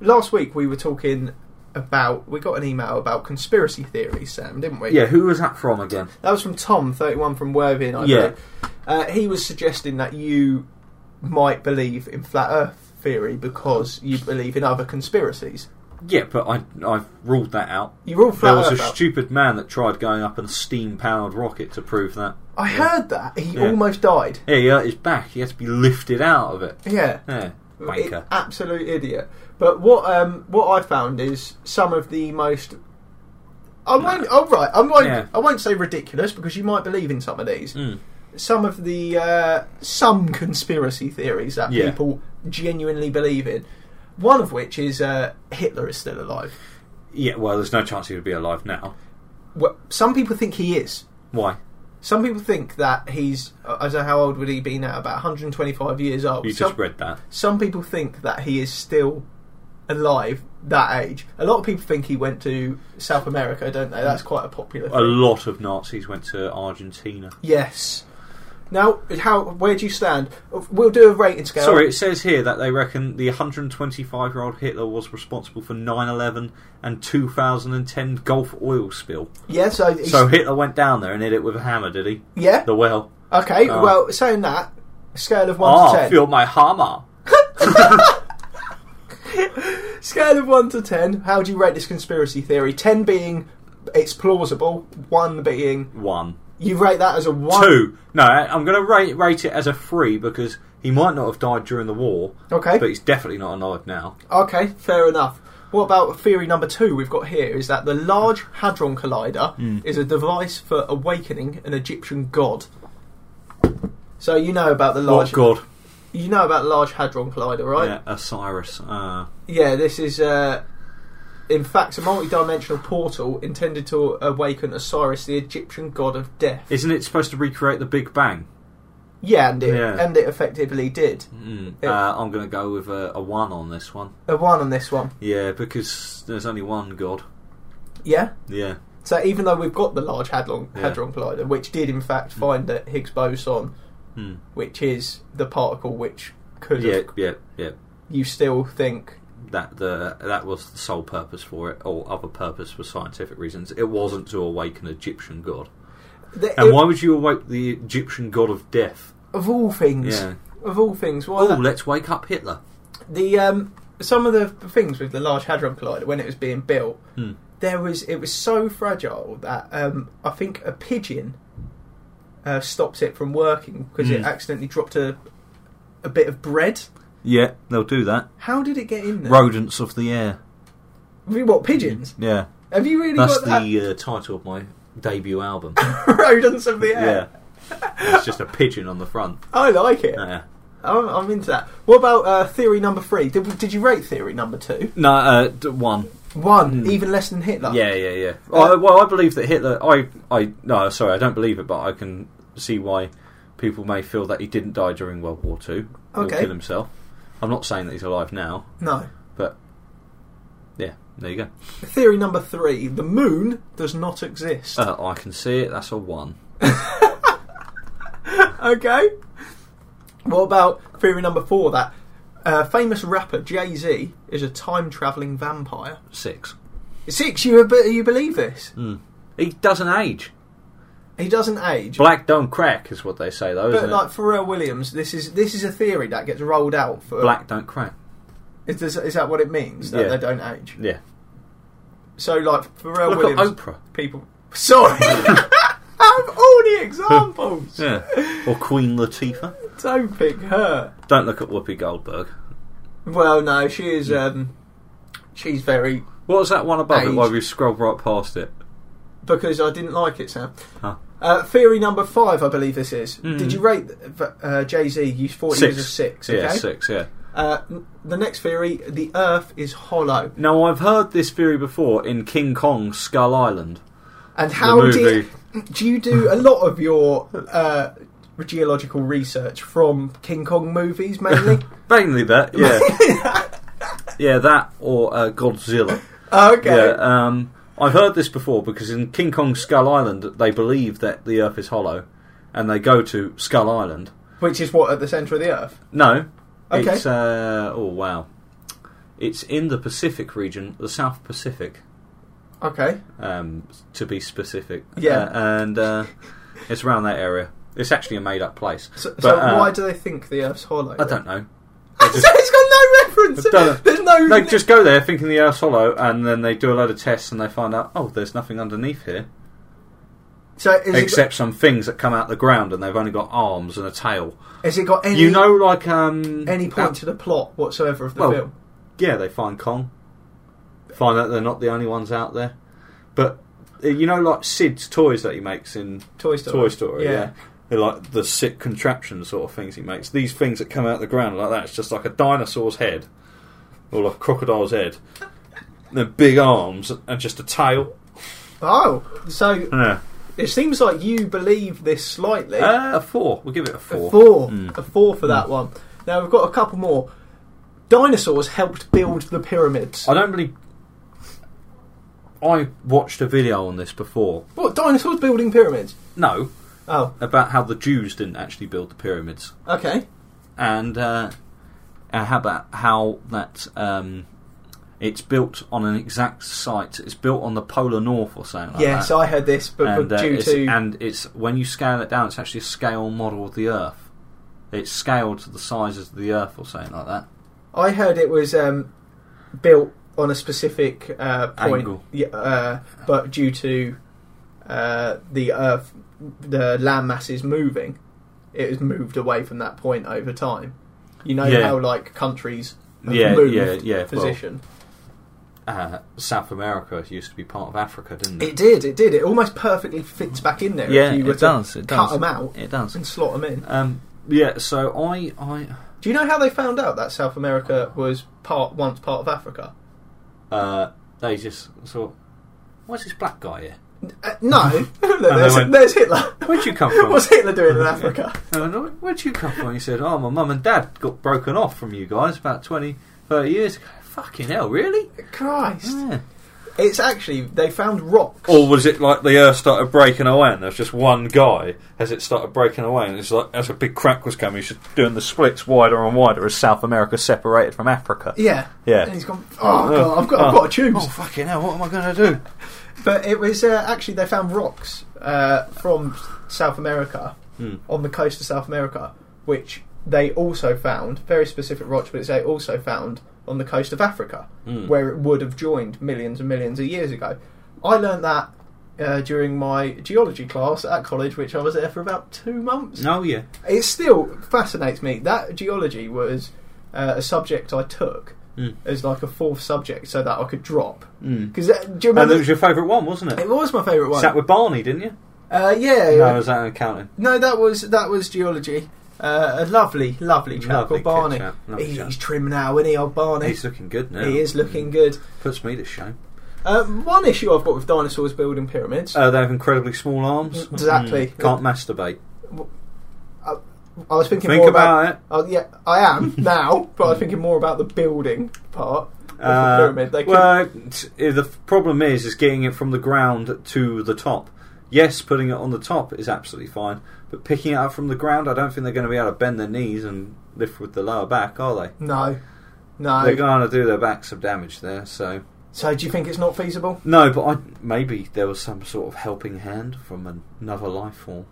S1: last week we were talking about we got an email about conspiracy theories, Sam, didn't we?
S2: Yeah, who was that from again?
S1: That was from Tom, thirty-one from Worthing. I
S2: Yeah.
S1: believe. Uh, he was suggesting that you might believe in flat Earth theory because you believe in other conspiracies.
S2: Yeah, but I I've ruled that out.
S1: You were all
S2: There
S1: flat
S2: was
S1: Earth.
S2: a
S1: out.
S2: stupid man that tried going up in a steam-powered rocket to prove that.
S1: I heard that he
S2: Yeah.
S1: almost died.
S2: Yeah, he hurt his back. He had to be lifted out of it.
S1: Yeah.
S2: Yeah, wanker.
S1: I- absolute idiot. But what um, what I found is some of the most. I won't. All right, I won't.
S2: Yeah.
S1: I won't say ridiculous because you might believe in some of these.
S2: Mm.
S1: Some of the uh, some conspiracy theories that
S2: Yeah.
S1: people genuinely believe in. One of which is uh, Hitler is still alive.
S2: Yeah, well, there's no chance he would be alive now.
S1: Well, some people think he is.
S2: Why?
S1: Some people think that he's. I don't know how old would he be now? About 125 years old.
S2: You
S1: Some-
S2: just read that.
S1: some people think that he is still alive that age. A lot of people think he went to South America, don't they? That's quite a popular thing.
S2: A lot of Nazis went to Argentina.
S1: Yes. Now, how where do you stand? We'll do a rating scale.
S2: Sorry, it says here that they reckon the 125 year old Hitler was responsible for 9 11 and 2010 Gulf oil spill.
S1: Yeah, so, it's-
S2: So Hitler went down there and hit it with a hammer, did he?
S1: yeah.
S2: The well.
S1: Okay.
S2: Oh.
S1: Well, saying that, scale of one
S2: Ah,
S1: to ten.
S2: feel my hammer.
S1: Scale of one to ten. How do you rate this conspiracy theory? Ten being it's plausible. One being
S2: One.
S1: you rate that as a one.
S2: Two. No, I- I'm going to rate, rate it as a three because he might not have died during the war,
S1: Okay.
S2: but he's definitely not alive now.
S1: Okay, fair enough. What about theory number two we've got here is that the Large Hadron Collider
S2: Hmm.
S1: is a device for awakening an Egyptian god. So you know about the
S2: Oh,
S1: large,
S2: God.
S1: you know about the Large Hadron Collider,
S2: Yeah,
S1: right?
S2: Osiris. Uh,
S1: Yeah. this is, uh, in fact, a multi-dimensional portal intended to awaken Osiris, the Egyptian god of death.
S2: isn't it supposed to recreate the Big Bang?
S1: yeah, and it
S2: Yeah.
S1: and it effectively did.
S2: Mm.
S1: Yeah.
S2: Uh, I'm going to go with a, a one on this one.
S1: A one on this one.
S2: Yeah, because there's only one God.
S1: Yeah.
S2: Yeah.
S1: So even though we've got the Large Hadron,
S2: Yeah.
S1: Hadron Collider, which did in fact find that Higgs boson,
S2: Hmm.
S1: which is the particle which could,
S2: Yeah,
S1: have,
S2: yeah, yeah.
S1: you still think,
S2: That the that was the sole purpose for it, or other purpose for scientific reasons. It wasn't to awake an Egyptian god.
S1: that
S2: And
S1: it-
S2: why would you awake the Egyptian god of death?
S1: of all things,
S2: Yeah.
S1: of all things, why
S2: Oh,
S1: that-
S2: let's wake up Hitler.
S1: the um, some of the things with the Large Hadron Collider when it was being built,
S2: Hmm.
S1: there was it was so fragile that um, I think a pigeon uh, stopped it from working because it
S2: Hmm.
S1: accidentally dropped a a bit of bread.
S2: Yeah, they'll do that.
S1: How did it get in there?
S2: Rodents of the air.
S1: What pigeons?
S2: Yeah,
S1: Have you really
S2: that's
S1: got that?
S2: the uh, title of my debut album.
S1: rodents of the
S2: yeah,
S1: air.
S2: it's just a pigeon on the front.
S1: I like it.
S2: Yeah.
S1: I'm, I'm into that. What about uh, theory number three? Did, we- did you rate theory number two?
S2: No, uh, d- one.
S1: One, even less than Hitler.
S2: Hmm. Yeah, yeah, yeah.
S1: Uh,
S2: I, well, I believe that Hitler. I, I, no, sorry, I don't believe it, but I can see why people may feel that he didn't die during World War Two or
S1: Okay.
S2: kill himself. I'm not saying that he's alive now,
S1: No.
S2: but yeah, there you go.
S1: Theory number three: the moon does not exist.
S2: Uh, I can see it. That's a one.
S1: okay. What about theory number four? That uh, famous rapper Jay Z is a time traveling vampire.
S2: Six.
S1: Six, you ab- you believe this?
S2: Mm. He doesn't age.
S1: He doesn't age.
S2: Black don't crack is what they say, though,
S1: but
S2: isn't
S1: like
S2: it?
S1: Pharrell Williams, this is this is a theory that gets rolled out for
S2: Black don't crack.
S1: Is, this, is that what it means that they
S2: Yeah.
S1: don't age?
S2: Yeah.
S1: So like Pharrell
S2: Look
S1: Williams,
S2: at Oprah.
S1: people. Sorry, out of all the examples,
S2: Yeah. or Queen Latifah.
S1: don't pick her.
S2: Don't look at Whoopi Goldberg.
S1: Well, no, she is. Um, she's very
S2: What was that one above it?
S1: Age.
S2: Why we scrolled right past it?
S1: because I didn't like it, Sam.
S2: Huh.
S1: Uh, theory number five, I believe this is.
S2: Mm.
S1: Did you rate uh, Jay Z? You thought he was a six. Okay?
S2: Yeah, six. Yeah.
S1: Uh, n- the next theory: the Earth is hollow.
S2: Now I've heard this theory before in King Kong Skull Island.
S1: And how do you,
S2: movie.
S1: do you do a lot of your uh, geological research from King Kong movies mainly?
S2: Mainly that, yeah, yeah, that or uh, Godzilla.
S1: Oh, okay.
S2: Yeah, um, I've heard this before because in King Kong Skull Island they believe that the Earth is hollow, and they go to Skull Island.
S1: Which is what at the centre of the Earth.
S2: No,
S1: Okay.
S2: it's uh, oh wow, it's in the Pacific region, the South Pacific,
S1: Okay.
S2: um, to be specific.
S1: Yeah.
S2: Uh, and uh, it's around that area. It's actually a made-up place.
S1: So,
S2: But,
S1: so
S2: uh,
S1: why do they think the Earth's hollow?
S2: I don't know.
S1: so it's got no reference.
S2: I don't know.
S1: There's no.
S2: They just go there thinking the Earth's hollow, and then they do a load of tests, and they find out, oh, there's nothing underneath here.
S1: so is
S2: except some things that come out the ground and they've only got arms and a tail.
S1: it, has it got any
S2: you know, like um,
S1: any point
S2: that-
S1: to the plot whatsoever of the
S2: Well,
S1: film?
S2: yeah, they find Kong, find out they're not the only ones out there. But uh, you know, like Sid's toys that he makes in
S1: Toy Story.
S2: Toy Story,
S1: Yeah.
S2: yeah. They're like the sick contraption sort of things he makes. These things that come out the ground like that. It's just like a dinosaur's head, or like a crocodile's head. They're big arms and just a tail.
S1: Oh, so
S2: Yeah.
S1: it seems like you believe this slightly.
S2: Uh, a four. We'll give it a
S1: A
S2: four.
S1: four.
S2: Mm.
S1: A four for that one. Now we've got a couple more. Dinosaurs helped build the pyramids.
S2: I don't really. I watched a video on this before.
S1: What dinosaurs building pyramids?
S2: No,
S1: Oh,
S2: about how the Jews didn't actually build the pyramids,
S1: okay.
S2: and uh, uh, how about how that um, it's built on an exact site. It's built on the polar north or something like
S1: yes,
S2: that.
S1: I heard this, but
S2: and,
S1: but
S2: uh,
S1: due
S2: it's,
S1: to
S2: and it's when you scale it down, it's actually a scale model of the Earth. It's scaled to the sizes of the Earth or something like that.
S1: I heard it was um, built on a specific uh, point,
S2: Angle.
S1: Yeah, uh, but due to uh, the Earth, the land masses moving, it has moved away from that point over time. You know
S2: Yeah.
S1: how like countries have
S2: Yeah,
S1: moved
S2: yeah, yeah, well,
S1: position.
S2: Uh, South America used to be part of Africa, didn't it?
S1: it did, it did. It almost perfectly fits back in there.
S2: yeah,
S1: if you were
S2: it does.
S1: To
S2: It
S1: cut
S2: does.
S1: them out
S2: It does.
S1: and slot them in.
S2: Um, yeah, so I, I,
S1: Do you know how they found out that South America was part once part of Africa?
S2: uh, they just thought, why's this black guy here?
S1: Uh, no,
S2: they
S1: there's,
S2: went-
S1: there's Hitler.
S2: Where'd you come from?
S1: What's Hitler doing in Africa?
S2: And I went, Where'd you come from? He said, oh, my mum and dad got broken off from you guys about 20, 30 years ago. Fucking hell, really?
S1: Christ!
S2: Yeah.
S1: It's actually they found rocks.
S2: Or was it like the earth started breaking away and there was just one guy as it started breaking away and it's like as a big crack was coming, he's just doing the splits wider and wider as South America separated from Africa.
S1: yeah,
S2: Yeah.
S1: And he's gone. Oh god, I've got, I've got to choose.
S2: Oh, fucking hell, what am I going to do?
S1: But it was uh, actually they found rocks uh, from South America
S2: Hmm.
S1: on the coast of South America, which they also found very specific rocks, which they also found on the coast of Africa,
S2: Hmm.
S1: where it would have joined millions and millions of years ago. I learned that. Uh, during my geology class at college, which I was there for about two months.
S2: Oh, yeah.
S1: It still fascinates me. That geology was uh, a subject I took
S2: Mm.
S1: as like a fourth subject so that I could drop.
S2: Mm.
S1: Because do you
S2: And
S1: remember?
S2: that was your favourite one, wasn't it?
S1: it was my favourite one.
S2: Sat with Barney, didn't you?
S1: uh, yeah, yeah.
S2: No, was that accounting?
S1: No, that was that was geology. Uh, a lovely, lovely chap called
S2: Lovely
S1: Barney.
S2: kid chap, lovely
S1: He-
S2: chap.
S1: he's trim now, isn't he, old Barney?
S2: He's looking good now. Mm.
S1: he is looking good.
S2: Puts me to shame.
S1: Um, one issue I've got with dinosaurs building pyramids.
S2: Uh, they have incredibly small arms.
S1: Exactly.
S2: Mm. Can't masturbate.
S1: I was thinking
S2: Think
S1: more
S2: about it.
S1: Oh, yeah, I am now, but I was thinking more about the building part of
S2: Uh,
S1: the pyramid. They couldn't-
S2: well, t- eh, the f- problem is, is getting it from the ground to the top. Yes, putting it on the top is absolutely fine, but picking it up from the ground, I don't think they're going to be able to bend their knees and lift with the lower back, are they?
S1: No, no.
S2: They're going to do their back some damage there. So
S1: so do you think it's not feasible?
S2: no, but I, maybe there was some sort of helping hand from another life form.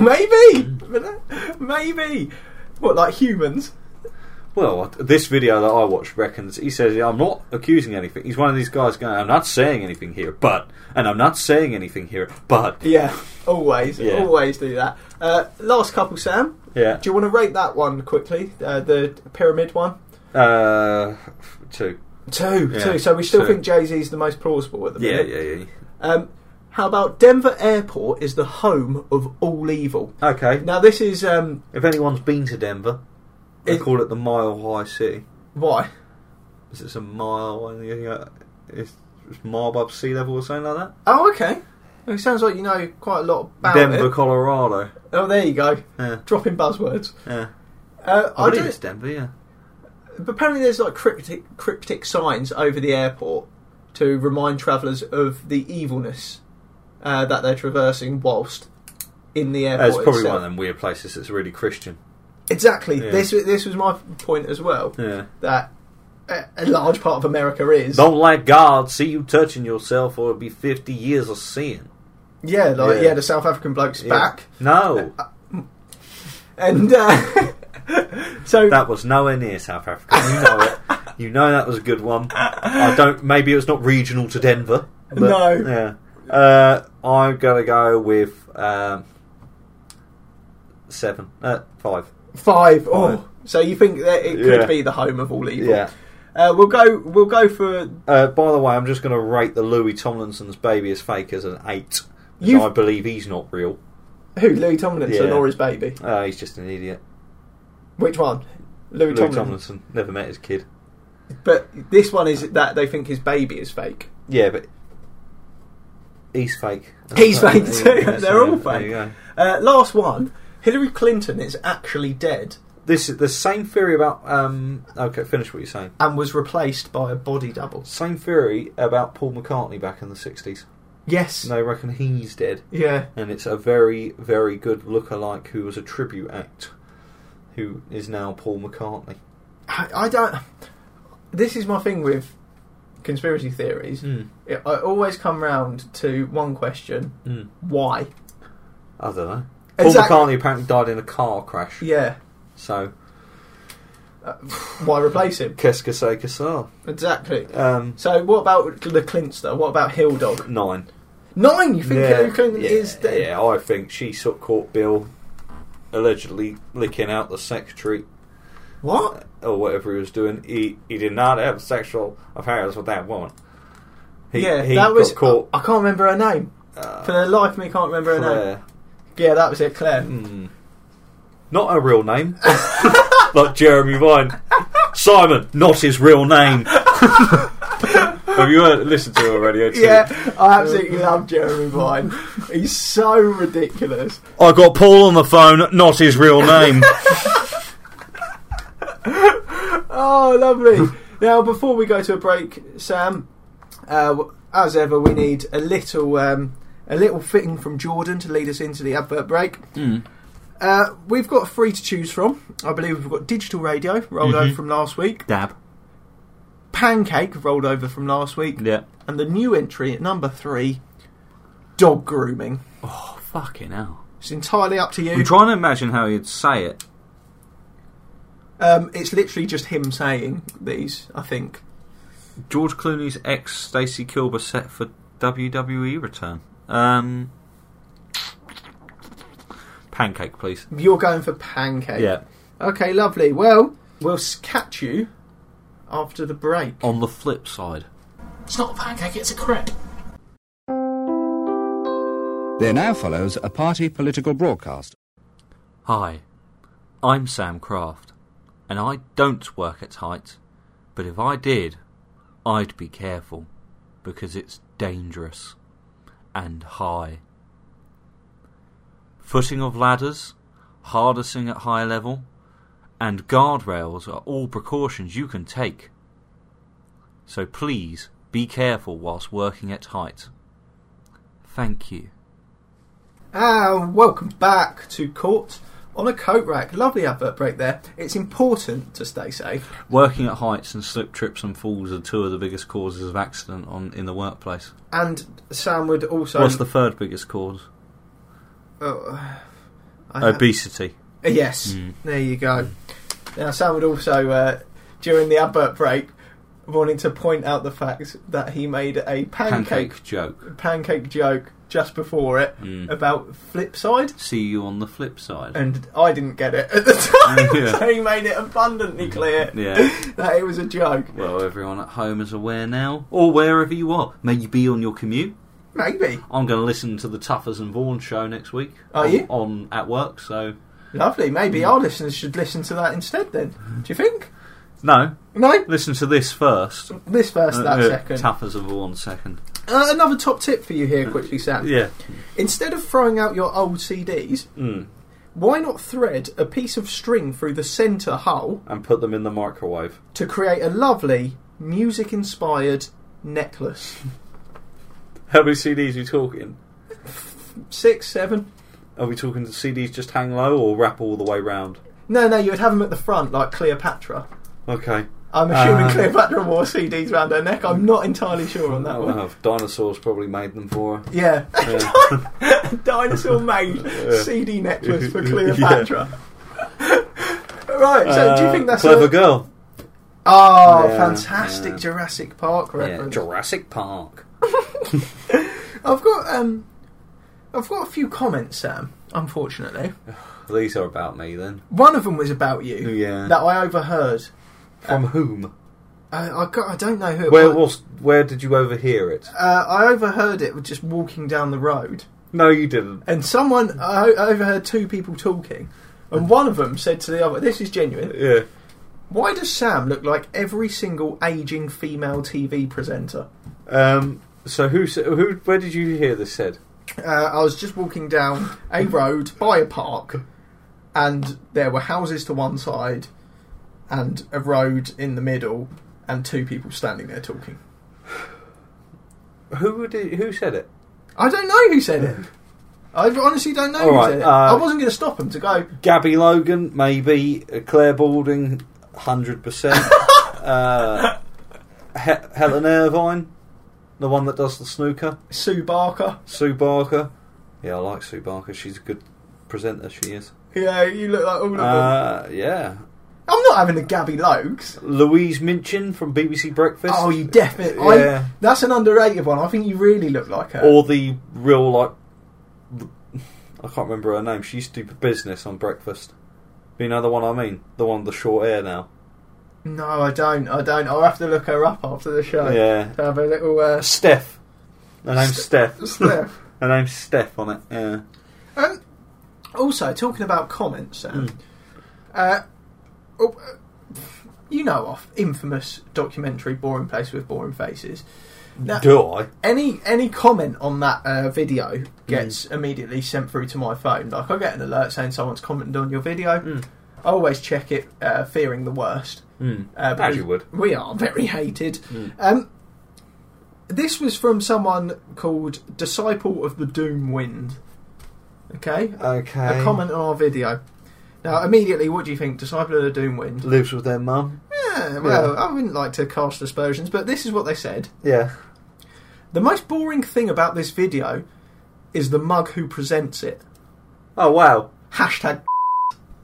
S1: maybe, maybe. What like humans?
S2: Well, this video that I watched reckons he says I'm not accusing anything. He's one of these guys going, I'm not saying anything here, but and I'm not saying anything here, but
S1: Yeah, always,
S2: Yeah.
S1: always do that. Uh, last couple, Sam.
S2: yeah.
S1: Do you want to rate that one quickly? Uh, the pyramid one.
S2: Uh, two.
S1: Two,
S2: Yeah,
S1: two. So we still
S2: two.
S1: think Jay Z is the most plausible at the
S2: Yeah,
S1: minute.
S2: yeah, yeah.
S1: Um, how about Denver Airport is the home of all evil?
S2: Okay.
S1: Now this is um,
S2: If anyone's been to Denver, They
S1: It-
S2: call it the Mile High City.
S1: Why?
S2: Is it a mile? And you know, it's, it's mile above sea level or something like that.
S1: Oh, okay. It sounds like you know quite a lot about
S2: Denver,
S1: it.
S2: Colorado.
S1: Oh, there you go.
S2: Yeah,
S1: Dropping buzzwords.
S2: yeah.
S1: Uh,
S2: I,
S1: I
S2: believe
S1: don't-
S2: it's Denver. Yeah.
S1: but apparently, there's like cryptic, cryptic signs over the airport to remind travellers of the evilness uh, that they're traversing whilst in the airport.
S2: It's probably
S1: itself.
S2: one of them weird places that's really Christian.
S1: Exactly.
S2: Yeah.
S1: This this was my point as well.
S2: Yeah.
S1: That a, a large part of America is
S2: Don't let God see you touching yourself, or it'll be fifty years of sin.
S1: yeah, like
S2: Yeah.
S1: yeah, the South African bloke's back, Uh,
S2: No,
S1: and uh, so
S2: that was nowhere near South Africa. You know it. You know that was a good one. I don't. Maybe it was not regional to Denver. But,
S1: No.
S2: Yeah. Uh, I'm gonna go with um, seven, uh, five.
S1: five.
S2: Five.
S1: Oh, so you think that it could
S2: Yeah.
S1: be the home of all evil? Uh, we'll go. We'll go for.
S2: Uh, by the way, I'm just going to rate the Louis Tomlinson's baby as fake as an eight. because
S1: You've-
S2: I believe he's not real.
S1: Who? Louis Tomlinson
S2: Yeah.
S1: or his baby?
S2: Uh, he's just an idiot.
S1: Which one? Louis,
S2: Louis
S1: Tomlinson.
S2: Tomlinson never met his kid.
S1: But this one is that they think his baby is fake.
S2: Yeah, but he's fake.
S1: He's fake
S2: Yeah,
S1: too.
S2: yeah,
S1: They're all
S2: there you
S1: fake.
S2: go.
S1: Uh, last one. Hillary Clinton is actually dead
S2: This is the same theory about. Um, okay, finish what you're saying.
S1: and was replaced by a body double.
S2: Same theory about Paul McCartney back in the '60s.
S1: Yes.
S2: They reckon he's dead,
S1: Yeah.
S2: and it's a very, very good lookalike who was a tribute act, who is now Paul McCartney.
S1: I, I don't. This is my thing with conspiracy theories.
S2: Mm.
S1: I I always come round to one question:
S2: Mm.
S1: Why?
S2: I don't know.
S1: Hmm. Exactly.
S2: Paul McCartney apparently died in a car crash.
S1: Yeah.
S2: So,
S1: Uh, why replace him?
S2: qu'est-ce que c'est que ça?
S1: Exactly.
S2: Um,
S1: So what about the Clinster? What about Hill Dog?
S2: nine.
S1: Nine. You think Hillary Clinton
S2: yeah,
S1: is dead?
S2: Yeah, I think she sort of caught Bill allegedly licking out the secretary
S1: What?
S2: or whatever he was doing. He he did not have sexual affairs with that woman. He,
S1: yeah,
S2: he
S1: that
S2: got
S1: was. uh,
S2: caught.
S1: I can't remember her name.
S2: uh,
S1: For the life of me, can't remember her name.
S2: Claire.
S1: Yeah, that was it, Claire.
S2: Hmm. Not her real name, like Jeremy Vine. Simon, not his real name. have you heard, listened to her already? haven't you?
S1: Yeah, I absolutely love Jeremy Vine. He's so ridiculous.
S2: I got Paul on the phone, not his real name.
S1: Oh, lovely. now, before we go to a break, Sam, uh, as ever, we need a little um, a little fitting from Jordan to lead us into the advert break.
S2: Hmm.
S1: Uh, we've got three to choose from. I believe we've got digital radio rolled over from last week,
S2: Dab.
S1: pancake rolled over from last week,
S2: Yeah.
S1: and the new entry at number three, dog grooming.
S2: Oh, fucking hell.
S1: It's entirely up to you.
S2: I'm trying to imagine how you'd say it.
S1: Um, it's literally just him saying these. I think.
S2: George Clooney's ex Stacy Kilber set for WWE return. Um, pancake, please.
S1: You're going for pancake.
S2: Yeah.
S1: Okay, lovely. Well, we'll s- catch you after the break.
S2: On the flip side.
S3: It's not a pancake, it's a crepe.
S4: There now follows a party political broadcast.
S2: Hi, I'm Sam Craft, and I don't work at height, but if I did, I'd be careful because it's dangerous and high. Footing of ladders, harnessing at high level, and guardrails are all precautions you can take. So please be careful whilst working at height. Thank you.
S1: And Ah, welcome back to Court on a Coat Rack. Lovely advert break there. It's important to stay safe.
S2: Working at heights and slip trips and falls are two of the biggest causes of accident on in the workplace.
S1: And Sam would also.
S2: What's the third biggest cause?
S1: Oh, I-
S2: Obesity.
S1: Uh, yes,
S2: Hmm.
S1: there you go. Now, Sam would also, uh, during the advert break, wanted to point out the fact that he made a pancake
S2: Pancake joke.
S1: pancake joke just before it
S2: Mm.
S1: about flip side.
S2: See you on the flip side.
S1: and I didn't get it at the time.
S2: Yeah.
S1: so he made it abundantly clear
S2: Yeah.
S1: that it was a joke.
S2: well, everyone at home is aware now, or wherever you are. May you be on your commute.
S1: Maybe.
S2: I'm going to listen to the Tuffers and Vaughan show next week.
S1: Are
S2: on,
S1: you?
S2: on at work? So
S1: Lovely. Maybe
S2: Mm.
S1: our listeners should listen to that instead. Then, do you think?
S2: No,
S1: No,
S2: listen to this first.
S1: this first, that
S2: Uh, uh,
S1: second.
S2: Tough as a one second.
S1: Uh, another top tip for you here, quickly, Sam.
S2: Yeah.
S1: Instead of throwing out your old CDs,
S2: Mm.
S1: why not thread a piece of string through the centre hull
S2: And put them in the microwave.
S1: to create a lovely music-inspired necklace?
S2: How many CDs are we talking?
S1: Six, seven.
S2: Are we talking CDs just hang low or wrap all the way round?
S1: No, no, you would have them at the front like Cleopatra.
S2: Okay.
S1: I'm assuming
S2: Uh,
S1: Cleopatra wore CDs round her neck. I'm not entirely sure on that
S2: Well,
S1: one.
S2: dinosaurs probably made them for her.
S1: Yeah,
S2: Yeah.
S1: dinosaur made CD necklace for Cleopatra. right, so do you
S2: Uh,
S1: think that's
S2: clever
S1: a-
S2: girl?
S1: Oh,
S2: Yeah,
S1: fantastic
S2: yeah.
S1: Jurassic Park reference.
S2: Jurassic Park.
S1: I've got um, I've got a few comments, Sam. Unfortunately,
S2: These are about me then.
S1: one of them was about you.
S2: Yeah.
S1: That I overheard.
S2: From whom?
S1: I, I, got, I don't know who. it
S2: Where
S1: was.
S2: was? Where did you overhear it?
S1: Uh, I overheard it just walking down the road,
S2: No, you didn't.
S1: and someone I I overheard two people talking, and one of them said to the other, "This is genuine.
S2: Yeah.
S1: Why does Sam look like every single aging female TV presenter?"
S2: Um. So who? s- Who? Where did you hear this said?
S1: Uh, I was just walking down a road by a park, and there were houses to one side, and a road in the middle, and two people standing there talking.
S2: Who did? Who said it?
S1: I don't know who said it. I honestly don't know who
S2: Alright,
S1: said it.
S2: uh,
S1: I wasn't going to stop him to go.
S2: Gabby Logan, maybe Uh, Claire Balding, hundred percent. Uh, he- Helen Irvine, the one that does the snooker.
S1: Sue Barker.
S2: Sue Barker. Yeah, I like Sue Barker. She's a good presenter. She is.
S1: Yeah, you look like all of them.
S2: Uh, yeah.
S1: I'm not having the Gabby Lokes.
S2: Louise Minchin from BBC Breakfast.
S1: Oh, you definitely.
S2: Yeah.
S1: I, that's an underrated one. I think you really look like her.
S2: Or the real like, I can't remember her name. She used to do business on Breakfast. You know the one I mean, the one with the short hair now.
S1: no, I don't. I don't. I'll have to look her up after the show.
S2: Yeah.
S1: To have a little. Uh,
S2: Steph. Her name's Steph.
S1: Steph.
S2: Her name's Steph on it. Yeah.
S1: Um, also, talking about comments, Sam.
S2: Hmm. Mm.
S1: Uh, oh, uh, you know, off infamous documentary "Boring Place with Boring Faces." Now,
S2: Do I?
S1: any any comment on that uh, video gets
S2: Hmm.
S1: immediately sent through to my phone. Like, I get an alert saying someone's commented on your video. I always check it, uh, fearing the worst.
S2: Mm.
S1: Uh, because
S2: you would.
S1: We are very hated. Um, this was from someone called Disciple of the Doom Wind. Okay,
S2: Okay.
S1: a comment on our video. Now, immediately, what do you think? Disciple of the Doomwind?
S2: Lives with their mum.
S1: Yeah, well, I wouldn't like to cast aspersions, but this is what they said.
S2: Yeah.
S1: The most boring thing about this video is the mug who presents it.
S2: Oh wow.
S1: Hashtag.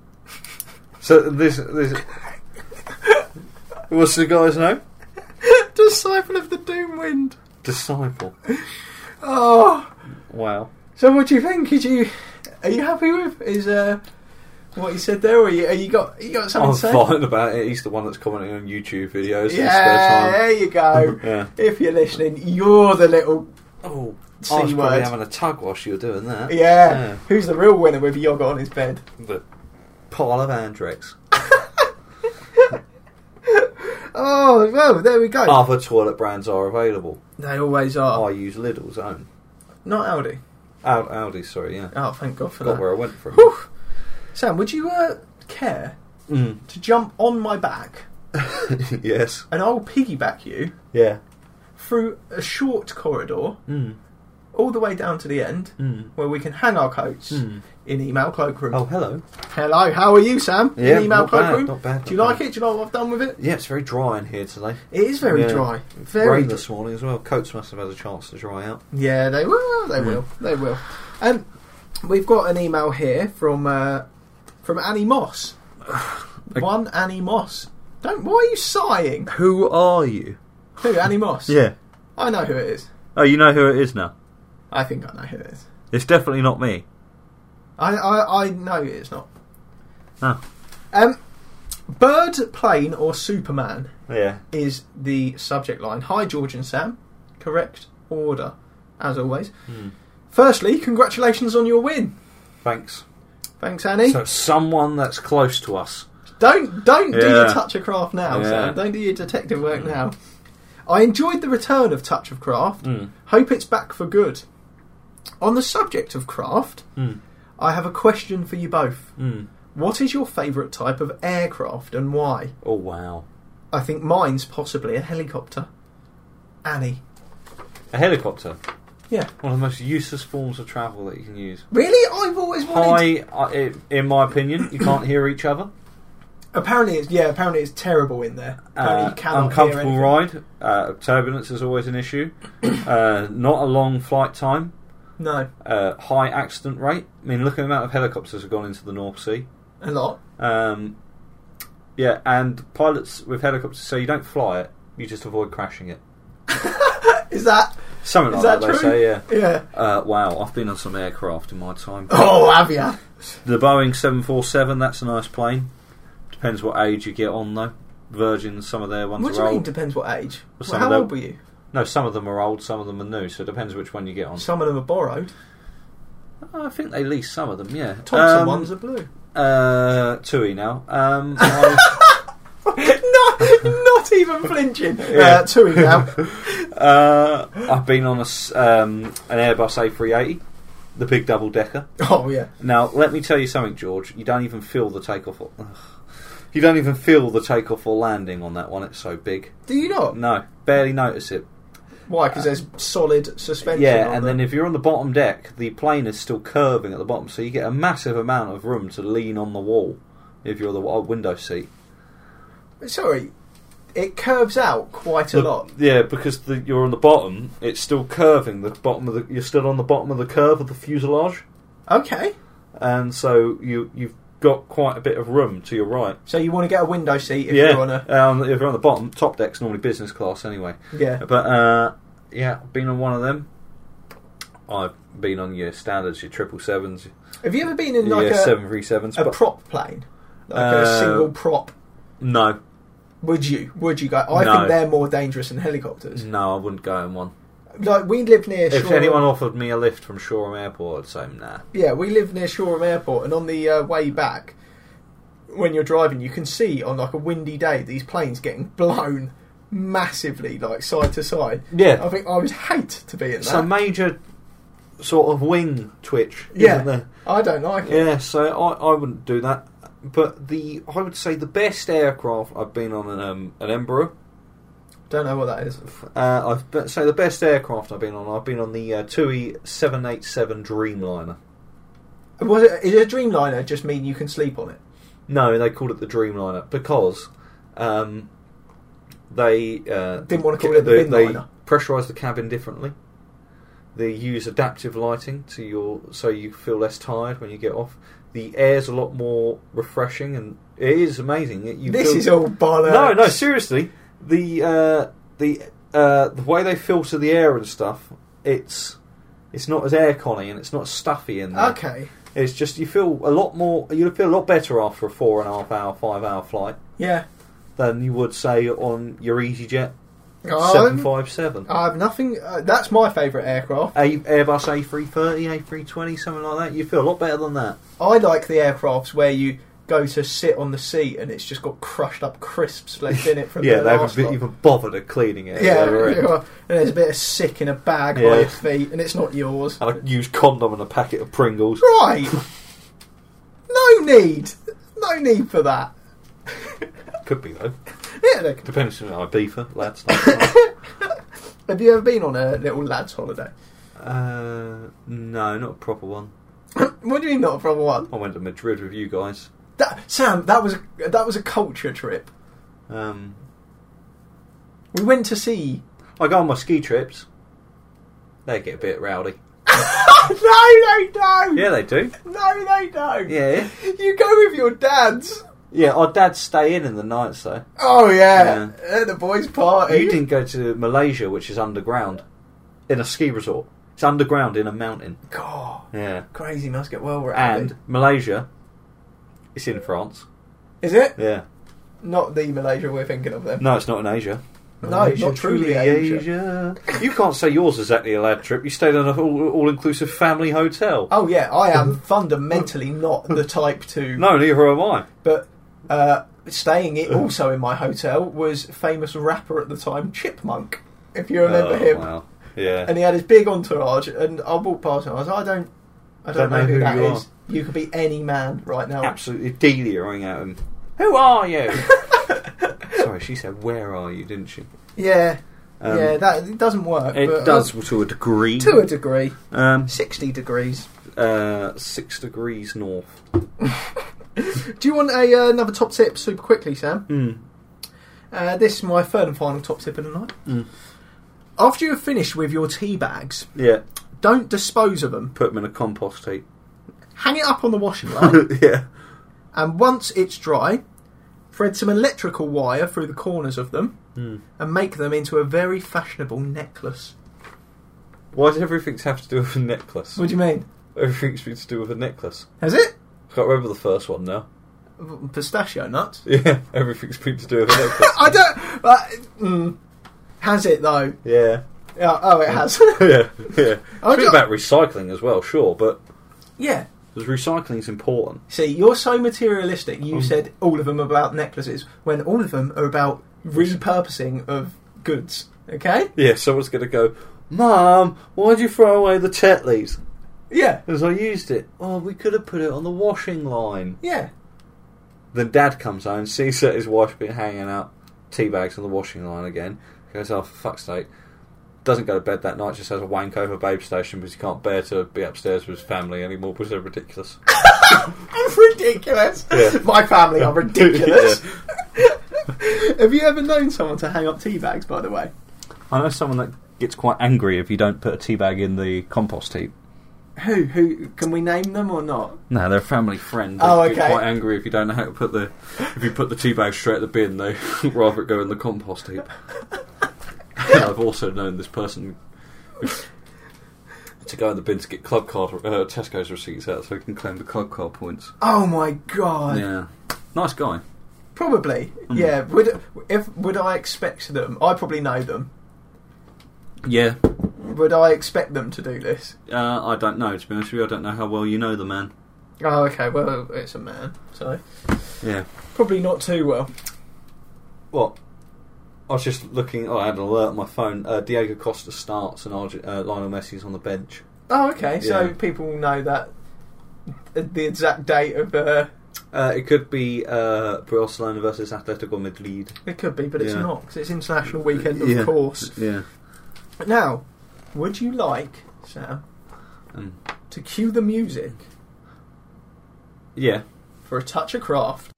S2: So this this. What's the guy's name?
S1: Disciple of the Doomwind.
S2: Disciple.
S1: Oh.
S2: Wow.
S1: So, what do you think? Did you are you happy with is uh what he said there? Or you, are you got you got something
S2: I'm
S1: to say?
S2: fine about it. He's the one that's commenting on YouTube videos in his
S1: Yeah,
S2: spare time.
S1: there you go.
S2: Yeah.
S1: If you're listening, you're the little
S2: Oh, I was
S1: C
S2: probably
S1: word.
S2: having a tug whilst you were doing that.
S1: Yeah. Who's the real winner with yoga on his bed?
S2: The pile of Andrex.
S1: Oh, well, there we go.
S2: Other toilet brands are available.
S1: They always are.
S2: I use Lidl's own.
S1: Not Aldi.
S2: Al- Aldi, sorry, yeah.
S1: Oh, thank God for
S2: Got
S1: that.
S2: where I went from.
S1: Whew. Sam, would you uh, care
S2: Mm.
S1: to jump on my back
S2: yes.
S1: and I'll piggyback you
S2: Yeah.
S1: through a short corridor
S2: Mm.
S1: all the way down to the end
S2: Mm.
S1: where we can hang our coats in email cloakroom?
S2: Hmm. Oh, hello.
S1: Hello, how are you, Sam?
S2: Yeah,
S1: in email
S2: not bad,
S1: cloakroom.
S2: not bad,
S1: Do you
S2: not
S1: like
S2: bad.
S1: it? Do you know what I've done with it?
S2: Yeah, it's very dry in here today.
S1: It is very
S2: Yeah.
S1: dry. Very
S2: Rain this morning as well. Coats must have had a chance to dry out.
S1: Yeah, they will. They will. They will. Um, we've got an email here from uh, from Annie Moss. One Annie Moss. Don't. Why are you sighing?
S2: Who are you?
S1: Who Annie Moss?
S2: Yeah.
S1: I know who it is.
S2: Oh, you know who it is now.
S1: I think I know who it is.
S2: It's definitely not me.
S1: I I, I know it's not.
S2: Oh.
S1: Um, bird, plane, or Superman
S2: Yeah.
S1: is the subject line. Hi, George and Sam. Correct
S2: Hmm.
S1: order, as always. Firstly, congratulations on your win.
S2: Thanks.
S1: Thanks, Annie.
S2: So someone that's close to us.
S1: Don't don't do your
S2: Yeah.
S1: touch of craft now,
S2: Yeah.
S1: Sam. Don't do your detective work now. I enjoyed the return of Touch of Craft.
S2: Hmm.
S1: Hope it's back for good. On the subject of craft,
S2: Hmm,
S1: I have a question for you both. What is your favourite type of aircraft and why?
S2: Oh wow,
S1: I think mine's possibly a helicopter. Annie.
S2: a helicopter.
S1: Yeah.
S2: One of the most useless forms of travel that you can use.
S1: Really? I've always wanted.
S2: High, I- i- in my opinion, you can't hear each other.
S1: Apparently, it's yeah. Apparently, it's terrible in there. Apparently,
S2: Uh,
S1: you cannot
S2: uncomfortable
S1: hear anything.
S2: ride. Uh, turbulence is always an issue. uh, not a long flight time.
S1: No,
S2: Uh, high accident rate. I mean, look at the amount of helicopters have gone into the North Sea.
S1: a lot.
S2: Um, yeah, and pilots with helicopters say you don't fly it, you just avoid crashing it.
S1: Is that
S2: Something
S1: is
S2: like that,
S1: that true?
S2: they say, yeah.
S1: Yeah.
S2: Uh, wow, I've been on some aircraft in my time.
S1: Oh, have ya?
S2: The Boeing 747, that's a nice plane. Depends what age you get on, though. Virgin, some of their ones
S1: What do
S2: are
S1: you
S2: old.
S1: mean? Depends what age.
S2: Well,
S1: Well,
S2: some of
S1: how
S2: them-
S1: old were you?
S2: no, some of them are old, some of them are new, so it depends which one you get on.
S1: Some of them are borrowed.
S2: Oh, I think they lease some of them, yeah.
S1: Thompson
S2: Um,
S1: ones are blue.
S2: Uh, Tui now. Um, I-
S1: not, not even flinching.
S2: Yeah.
S1: Uh, two now.
S2: uh, I've been on a s um, an Airbus A380, the big double decker.
S1: oh yeah.
S2: Now, let me tell you something, George. You don't even feel the takeoff. Or, ugh. you don't even feel the takeoff or landing on that one. It's so big.
S1: Do you not?
S2: No, barely notice it.
S1: Why? Because there's solid suspension.
S2: Yeah,
S1: on
S2: and
S1: them.
S2: then if you're on the bottom deck, the plane is still curving at the bottom, so you get a massive amount of room to lean on the wall if you're the w- window seat.
S1: sorry, it curves out quite a
S2: The-
S1: lot.
S2: Yeah, because the, you're on the bottom, it's still curving. The bottom of the, you're still on the bottom of the curve of the fuselage,
S1: Okay.
S2: and so you you've got quite a bit of room to your right.
S1: So you want to get a window seat if
S2: yeah,
S1: you're on a
S2: um, if you're on the bottom, top deck's normally business class anyway.
S1: yeah.
S2: But uh, yeah, I've been on one of them. I've been on your standards, your triple sevens,
S1: Have you ever been in
S2: your
S1: like a,
S2: seven three sevens.
S1: a
S2: but-
S1: prop plane, like
S2: Uh,
S1: a single prop?
S2: No,
S1: Would you? Would you go? I
S2: No.
S1: think they're more dangerous than helicopters.
S2: no, I wouldn't go in one.
S1: Like we live near.
S2: If
S1: Shoreham-
S2: anyone offered me a lift from Shoreham Airport, I'd say nah.
S1: yeah, we live near Shoreham Airport, and on the uh, way back, when you're driving, you can see on like a windy day these planes getting blown massively, like side to side.
S2: Yeah.
S1: I think I would hate to be in
S2: It's a
S1: that.
S2: major sort of wing twitch,
S1: yeah,
S2: isn't there?
S1: I don't like it.
S2: Yeah, so I, I wouldn't do that. But the I would say the best aircraft I've been on an, um, an Embraer.
S1: Don't know what that is.
S2: Uh, I've been, so the best aircraft I've been on. I've been on the uh, TUI seven eight seven Dreamliner.
S1: Was it? Is a Dreamliner just mean you can sleep on it?
S2: No, they called it the Dreamliner because um, they uh,
S1: Didn't wanna call it the
S2: they,
S1: Windliner.
S2: pressurise the cabin differently. They use adaptive lighting to your so you feel less tired when you get off. The air's a lot more refreshing, and it is amazing. It- You
S1: This
S2: feel-
S1: is all bollocks.
S2: no, no, seriously. The uh, the uh, the way they filter the air and stuff, it's it's not as airconny and it's not stuffy in there.
S1: Okay.
S2: It's just you feel a lot more. You feel a lot better after a four and a half hour, five hour flight
S1: Yeah.
S2: than you would say on your EasyJet seven
S1: I'm-
S2: five seven,
S1: Um, I have nothing. Uh, that's my favourite aircraft.
S2: A Airbus A three thirty, A three twenty, something like that. You feel a lot better than that.
S1: I like the aircrafts where you go to sit on the seat and it's just got crushed up crisps left in it from
S2: yeah,
S1: the
S2: they
S1: last
S2: haven't
S1: lot.
S2: been- even bothered at cleaning it.
S1: yeah,
S2: They were in.
S1: yeah, and there's a bit of sick in a bag by
S2: Yeah. Oh.
S1: your feet, and it's not yours.
S2: and I used condom and a packet of Pringles.
S1: Right? no need, no need for that.
S2: Could be though.
S1: Yeah, look,
S2: Depends on Ibiza, lads. Like
S1: have you ever been on a little lads' holiday?
S2: uh, no, not a proper one.
S1: What do you mean not from one?
S2: I went to Madrid with you guys.
S1: That, Sam, that was that was a culture trip.
S2: Um,
S1: We went to see.
S2: I go on my ski trips. They get a bit rowdy.
S1: no, they don't.
S2: Yeah, they do.
S1: No, they don't.
S2: Yeah.
S1: You go with your dads.
S2: Yeah, our dads stay in in the nights though.
S1: Oh yeah, at the boys' party.
S2: You didn't go to Malaysia, which is underground, in a ski resort. It's underground in a mountain.
S1: God,
S2: Yeah.
S1: crazy must get well rounded.
S2: And Malaysia, it's in France.
S1: is it
S2: Yeah.
S1: not the Malaysia we're thinking of then?
S2: No, it's not in Asia.
S1: No, not truly Asia.
S2: You can't say yours exactly a lad trip. You stayed at an all, all-inclusive family hotel.
S1: Oh yeah, I am fundamentally not the type to.
S2: No, neither am I.
S1: But uh, staying it also in my hotel was famous rapper at the time, Chipmunk. If you remember
S2: Oh,
S1: him,
S2: wow. Yeah.
S1: and he had his big entourage, and I walked past him. I was like, I don't, I don't, know, who, that is.
S2: you
S1: You could be any man right now.
S2: absolutely delirious at him. Who are you? Sorry, she said, "Where are you?" Didn't she?
S1: Yeah,
S2: Um,
S1: yeah, that it doesn't work.
S2: It
S1: but, uh,
S2: does to a degree.
S1: to a degree,
S2: um,
S1: sixty degrees.
S2: uh, six degrees north.
S1: Do you want a uh, another top tip super quickly, Sam? Uh, this is my third and final top tip of the night. After you have finished with your tea bags,
S2: Yeah,
S1: don't dispose of them.
S2: put them in a compost heap.
S1: Hang it up on the washing line,
S2: yeah,
S1: and once it's dry, thread some electrical wire through the corners of them and make them into a very fashionable necklace.
S2: why does everything have to do with a necklace?
S1: What do you mean?
S2: Everything's to do with a necklace.
S1: Has it?
S2: Can't remember the first one now.
S1: Pistachio nuts.
S2: Yeah, everything's been to do with a necklace.
S1: I don't. Uh, mm, has it though?
S2: yeah,
S1: Yeah, oh, it has.
S2: yeah, yeah.
S1: I
S2: It's been
S1: don't-
S2: about recycling as well, sure, but
S1: yeah.
S2: because recycling's important.
S1: See, you're so materialistic. You said all of them about necklaces when all of them are about repurposing of goods. Okay?
S2: Yeah, someone's going to go, Mum, why'd you throw away the Tetleys?
S1: Yeah.
S2: Because I used it. Oh, we could have put it on the washing line.
S1: Yeah.
S2: Then Dad comes home, sees that his wife's been hanging out tea bags on the washing line again. Goes, oh, for fuck's sake. Doesn't go to bed that night, just has a wank over Babe Station because he can't bear to be upstairs with his family anymore because they're ridiculous.
S1: ridiculous.
S2: Yeah.
S1: My family are ridiculous.
S2: Yeah.
S1: Have you ever known someone to hang up tea bags? By the way,
S2: I know someone that gets quite angry if you don't put a tea bag in the compost heap.
S1: who who can we name them or not?
S2: No, they're a family friend. They
S1: Oh,
S2: get
S1: okay.
S2: quite angry if you don't know how to put the if you put the tea bag straight at the bin. They rather it go in the compost heap. I've also known this person to go in the bin to get club card uh, Tesco's receipts out so he can claim the club card points.
S1: Oh my god!
S2: Yeah, Mm. nice guy.
S1: Probably. Yeah. Would if would I expect them? I probably know them.
S2: Yeah,
S1: Would I expect them to do this?
S2: uh, I don't know. To be honest with you, I don't know how well you know the man.
S1: Oh, okay. Well, it's a man, so
S2: Yeah.
S1: probably not too well.
S2: What? I was just looking. Oh, I had an alert on my phone. Uh, Diego Costa starts and Arge- uh, Lionel Messi's on the bench.
S1: Oh, okay. So
S2: Yeah.
S1: people will know that the exact date of uh,
S2: Uh, it could be uh, Barcelona versus Atletico Madrid.
S1: it could be, but it's
S2: Yeah.
S1: not because it's international weekend, of course.
S2: Yeah.
S1: Now, would you like Sam
S2: Um,
S1: to cue the music
S2: yeah.
S1: for a touch of craft?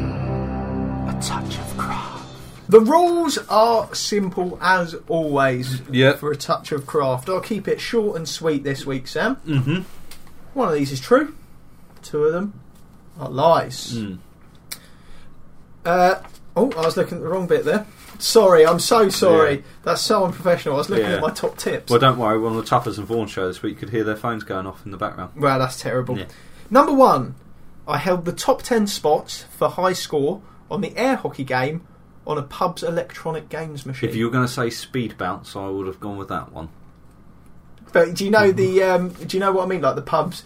S3: A touch of craft.
S1: The rules are simple as always
S2: Yeah.
S1: for a touch of craft. I'll keep it short and sweet this week, Sam. Mm-hmm. One of these is true, two of them are lies.
S2: Hmm.
S1: Uh, oh, I was looking at the wrong bit there. Sorry, I'm so sorry.
S2: Yeah.
S1: That's so unprofessional. I was looking
S2: Yeah.
S1: at my top tips.
S2: Well, don't worry. We're on the Tuffers and Vaughan show this week. You could hear their phones going off in the background.
S1: Well, that's terrible.
S2: Yeah.
S1: Number one, I held the top 10 spots for high score on the air hockey game on a pub's electronic games machine.
S2: If you were going to say speed bounce, I would have gone with that one.
S1: But do you
S2: Mm-hmm.
S1: know the? Um, do you know what I mean? Like the pubs,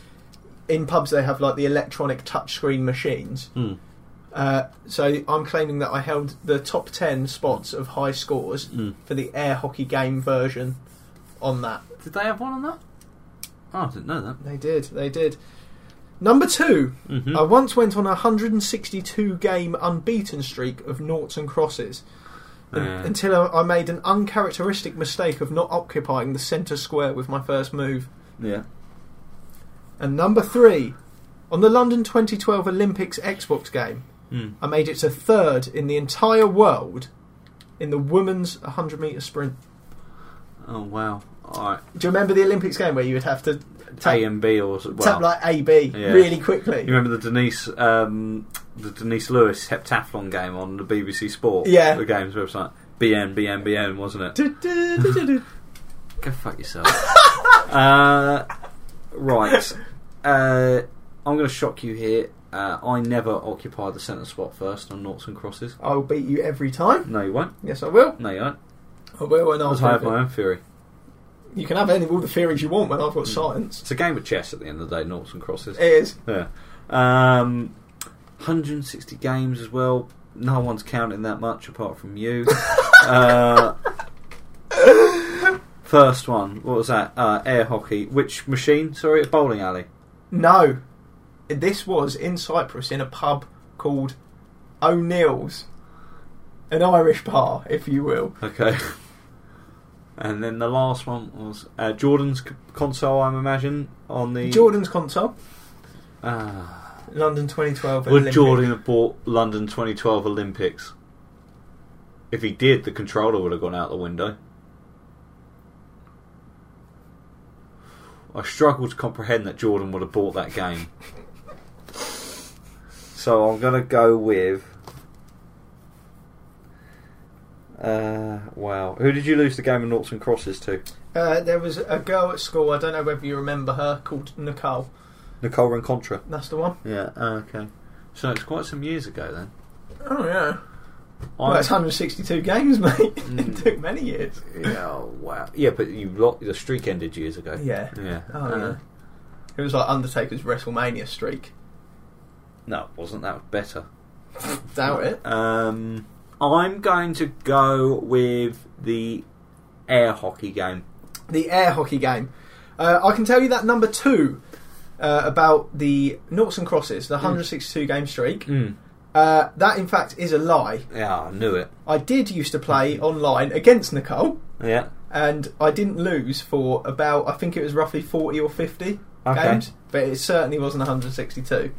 S1: in pubs they have like the electronic touchscreen machines.
S2: Mm.
S1: Uh, so I'm claiming that I held the top ten spots of high scores for the air hockey game version. On that,
S2: Did they have one on that? Oh, I didn't know that.
S1: they did. They did. Number 2
S2: Mhm.
S1: I once went on a 162 game unbeaten streak of noughts and crosses. un-
S2: Yeah.
S1: Until I- I made an uncharacteristic mistake of not occupying the centre square with my first move.
S2: Yeah.
S1: And number three, on the London 2012 Olympics Xbox game,
S2: Mm.
S1: I made it to third in the entire world in the women's 100 metre sprint.
S2: Oh wow. All right.
S1: Do you remember the Olympics game where you would have to tap,
S2: A and B or s- well,
S1: tap like AB
S2: Yeah.
S1: really quickly?
S2: You remember the Denise, um, the Denise Lewis heptathlon game on the BBC Sport?
S1: Yeah.
S2: The game's website. BN, BN, BN, wasn't it?
S1: Du- du- du- du- du.
S2: Go fuck yourself. uh, right. Uh, I'm going to shock you here. Uh, I never occupy the centre spot first on noughts and crosses.
S1: I'll beat you every time.
S2: No, you won't.
S1: Yes, I will.
S2: No, you won't.
S1: I will, and I'll
S2: Because I have
S1: prove it.
S2: my own theory.
S1: You can have any of all the theories you want when I've got
S2: Mm.
S1: science.
S2: It's a game of chess at the end of the day, noughts and crosses.
S1: It is.
S2: Yeah. Um, 160 games as well. No one's counting that much apart from you. uh, first one, what was that? Uh, air hockey. Which machine? Sorry, a bowling alley.
S1: No. This was in Cyprus in a pub called O'Neill's. An Irish bar, if you will.
S2: Okay. And then the last one was uh, Jordan's c- console, I'm imagine, on the.
S1: Jordan's console,
S2: Ah.
S1: London 2012.
S2: would
S1: Olympic.
S2: Jordan have bought London 2012 Olympics? If he did, the controller would have gone out the window. I struggle to comprehend that Jordan would have bought that game. so I'm going to go with. Uh, wow. Who did you lose the game of noughts and crosses to?
S1: Uh, there was a girl at school, I don't know whether you remember her, called Nicole.
S2: Nicole Rencontra.
S1: That's the one.
S2: Yeah, uh, okay. So it's quite some years ago then.
S1: Oh, yeah. Well,
S2: I-
S1: that's 162 games, mate. it
S2: Mm.
S1: took many years.
S2: Yeah, oh, wow. Yeah, but you lot the streak ended years ago.
S1: Yeah.
S2: Yeah.
S1: Oh,
S2: Uh,
S1: yeah. It was like Undertaker's WrestleMania streak.
S2: No, it wasn't that better?
S1: Doubt it.
S2: Um, I'm going to go with the air hockey game.
S1: the air hockey game. Uh, I can tell you that number two uh, about the noughts and crosses, the 162 game streak.
S2: Mm.
S1: Uh, that in fact is a lie.
S2: Yeah, I knew it.
S1: I did used to play online against Nicole,
S2: Yeah.
S1: and I didn't lose for about I think it was roughly 40 or 50
S2: Okay.
S1: games, but it certainly wasn't 162.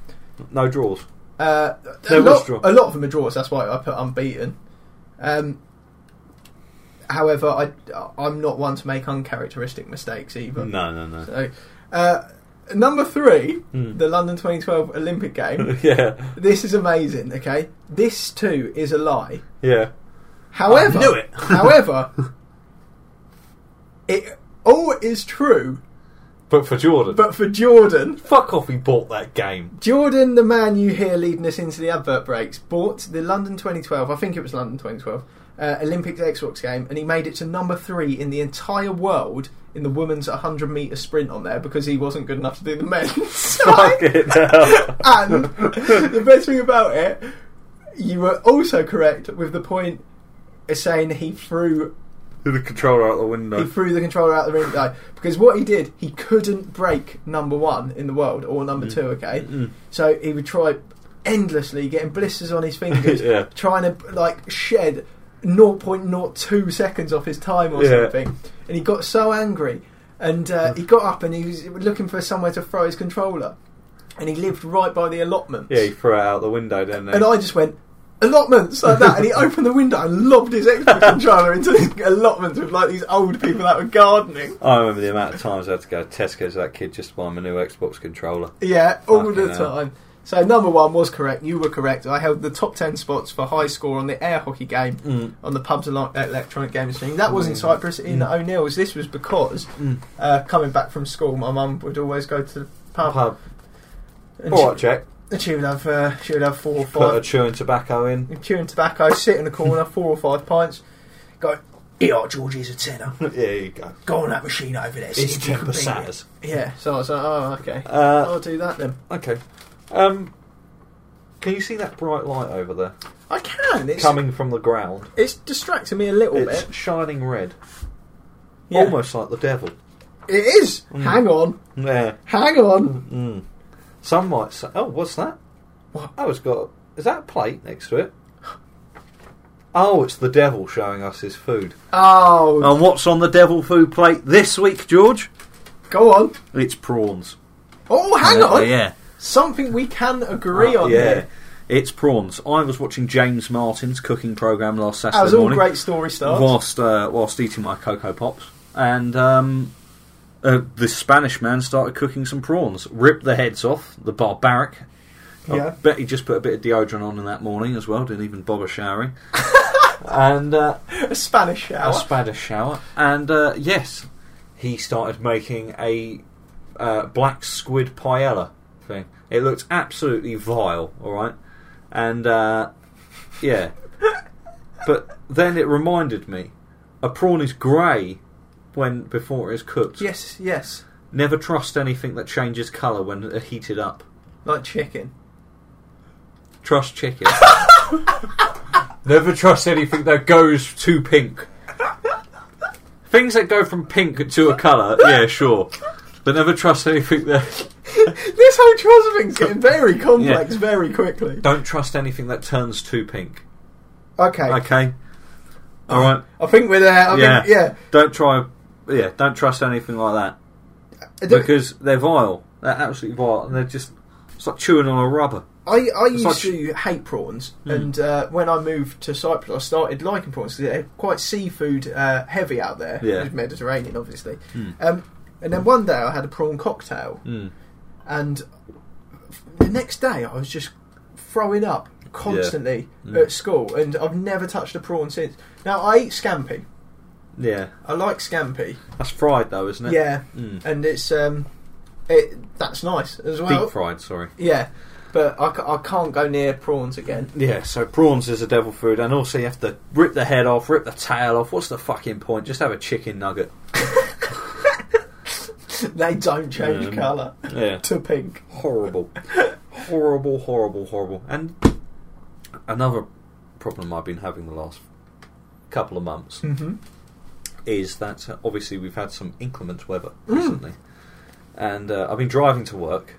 S2: No draws.
S1: Uh, a,
S2: There was
S1: lot,
S2: draw.
S1: a lot of them are draws. That's why I put unbeaten. Um, however, I, I'm not one to make uncharacteristic mistakes either.
S2: No, no, no.
S1: So, uh, number three,
S2: Hmm.
S1: the London 2012 Olympic game.
S2: yeah.
S1: this is amazing. Okay, this too is a lie.
S2: Yeah.
S1: However,
S2: I knew it.
S1: however, it all is true.
S2: But for Jordan.
S1: But for Jordan,
S2: fuck off, he bought that game.
S1: Jordan, the man you hear leading us into the advert breaks, bought the London 2012. I think it was London 2012. Uh, Olympics Xbox game, and he made it to number three in the entire world in the women's 100 meter sprint on there because he wasn't good enough to do the men's.
S2: fuck it. no.
S1: And the best thing about it, you were also correct with the point saying he threw
S2: the controller out the
S1: he
S2: window.
S1: threw the controller out the ring though, because what he did he couldn't break number one in the world or
S2: Mm.
S1: number two okay so he would try endlessly getting blisters on his fingers
S2: Yeah.
S1: trying to like shed 0.02 seconds off his time or
S2: Yeah.
S1: something and he got so angry and uh, he got up and he was looking for somewhere to throw his controller and he lived right by the allotments
S2: Yeah, he threw it out the window, didn't he?
S1: and I just went allotments like that, and he opened the window and lobbed his Xbox controller into the allotments with like these old people that were gardening.
S2: I remember the amount of times I had to go to Tesco's with that kid just to buy him a new Xbox controller.
S1: Yeah, all
S2: Fucking
S1: the
S2: hell.
S1: time. So number one was correct. You were correct. I held the top ten spots for high score on the air hockey game
S2: Mm.
S1: on the pubs elo- electronic games thing. That was in Cyprus in
S2: Mm.
S1: O'Neill's. This was because uh, coming back from school, my mum would always go to the pub,
S2: Pub.
S1: and
S2: All right,
S1: she,
S2: Jack.
S1: and she would have uh, she would have four or
S2: Put a
S1: five
S2: chewing tobacco in.
S1: chewing tobacco, sit in the corner, four or five pints, go. ER Georgie's a tenner.
S2: There you go.
S1: go on that machine over there. See if you can beat it. Yeah. So I was like, oh, okay.
S2: Uh,
S1: I'll do that then.
S2: okay. Um, can you see that bright light over there
S1: I can. It's
S2: coming from the ground?
S1: It's distracting me a little
S2: It's
S1: bit.
S2: shining red,
S1: Yeah.
S2: almost like the devil.
S1: It is.
S2: Mm.
S1: Hang on.
S2: Yeah.
S1: Hang on.
S2: Mm. Some might say, "Oh, what's that?"
S1: What?
S2: Oh, it's got. Is that a plate next to it? Oh, it's the devil showing us his food.
S1: Oh,
S2: And what's on the devil food plate this week, George?
S1: go on.
S2: It's prawns.
S1: Oh, hang
S2: Yeah,
S1: on.
S2: Yeah.
S1: Something we can agree
S2: Uh,
S1: on.
S2: yeah.
S1: Here.
S2: It's prawns. I was watching James Martin's cooking program last Saturday
S1: As all
S2: morning
S1: great story starts.
S2: whilst uh, whilst eating my cocoa pops, and um, uh, the Spanish man started cooking some prawns. Ripped the heads off. The barbaric. I
S1: Yeah.
S2: bet he just put a bit of deodorant on in that morning as well. Didn't even bother showering. and uh,
S1: A Spanish shower.
S2: a Spanish shower. And uh, yes, he started making a uh, black squid paella thing. It looked absolutely vile, all right, and uh, yeah. but then it reminded me, a prawn is grey when before it is cooked.
S1: Yes, yes.
S2: Never trust anything that changes colour when heated up.
S1: Like chicken.
S2: Trust chicken. Never trust anything that goes to pink. Things that go from pink to a colour, yeah, sure. But never trust anything that.
S1: this whole trust thing's getting very complex very quickly.
S2: Don't trust anything that turns to pink.
S1: Okay.
S2: Okay? Alright?
S1: I think we're there. I yeah.
S2: Yeah.
S1: Think, yeah.
S2: Don't try. Yeah, don't trust anything like that.
S1: I don't-
S2: Because they're vile. They're absolutely vile. And they're just. It's like chewing on a rubber.
S1: I, I used
S2: like- Mm.
S1: to hate prawns, and uh, when I moved to Cyprus, I started liking prawns 'cause they're quite seafood uh, heavy out there.
S2: Yeah. Hmm.
S1: It's Mediterranean, obviously. Um, and then one day I had a prawn cocktail,
S2: Mm.
S1: and f- the next day I was just throwing up constantly
S2: Hmm.
S1: at school, and I've never touched a prawn since. Now, I eat scampi.
S2: Yeah.
S1: I like scampi.
S2: That's fried, though, isn't it?
S1: Yeah.
S2: Mm.
S1: And it's. Um, it, that's nice as well.
S2: Deep fried, sorry.
S1: Yeah. But I, ca- I can't go near prawns again.
S2: Yeah, so prawns is a devil food, and also you have to rip the head off, rip the tail off. What's the fucking point? Just have a chicken nugget.
S1: They don't change
S2: Um,
S1: colour
S2: Yeah.
S1: to pink.
S2: horrible. horrible, horrible, horrible. And another problem I've been having the last couple of months
S1: Mhm.
S2: is that uh, obviously we've had some inclement weather recently. And uh, I've been driving to work.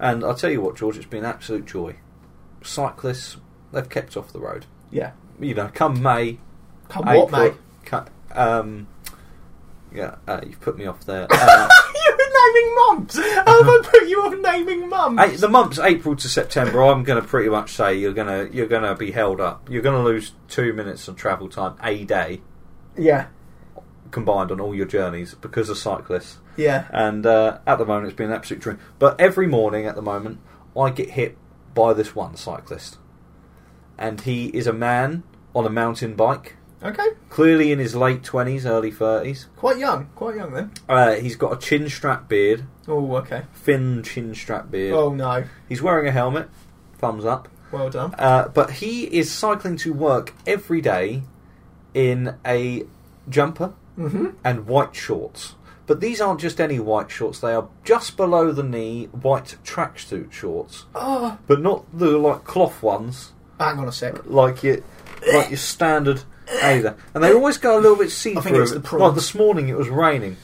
S2: And I'll tell you what, George, it's been absolute joy. Cyclists, they've kept off the road.
S1: Yeah.
S2: You know, come May,
S1: Come
S2: April.
S1: what, mate?
S2: Cut. Um, yeah, uh, you've put me off there. Uh,
S1: you were naming mums. How have I put you off naming mums?
S2: eight, the months April to September, I'm going to pretty much say you're going to you're going to be held up. You're going to lose two minutes of travel time a day
S1: yeah.
S2: combined on all your journeys because of cyclists.
S1: Yeah.
S2: And uh, at the moment, it's been an absolute dream. But every morning at the moment, I get hit by this one cyclist, and he is a man on a mountain bike,
S1: Okay.
S2: clearly in his late twenties, early thirties.
S1: Quite young. Quite young then.
S2: Uh, he's got a chin strap beard,
S1: Oh, okay.
S2: thin chin strap beard.
S1: Oh, no.
S2: He's wearing a helmet, thumbs up.
S1: Well done.
S2: Uh, but he is cycling to work every day in a jumper
S1: hmm
S2: and white shorts. But these aren't just any white shorts, they are just below the knee white tracksuit shorts.
S1: Oh,
S2: But not the like cloth ones,
S1: hang on a sec.
S2: like your like your standard either. And they always go a little bit see
S1: think
S2: through.
S1: it's the prawns.
S2: Like this morning it was raining.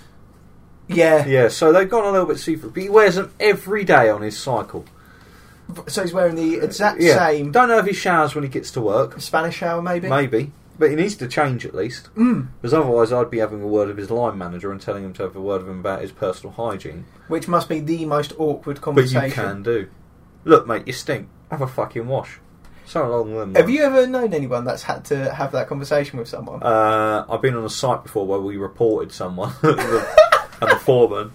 S1: Yeah.
S2: Yeah, so they've gone a little bit see through. But he wears them every day on his cycle.
S1: So he's wearing the exact
S2: Yeah.
S1: same
S2: Don't know if he showers when he gets to work.
S1: Spanish shower, maybe?
S2: Maybe. But he needs to change at least.
S1: Mm.
S2: Because otherwise, I'd be having a word of his line manager and telling him to have a word of him about his personal hygiene.
S1: Which must be the most awkward
S2: But you
S1: conversation.
S2: can do. Look, mate, you stink. Have a fucking wash. So along them.
S1: Have
S2: lines.
S1: you ever known anyone that's had to have that conversation with someone?
S2: Uh, I've been on a site before where we reported someone and the and the foreman.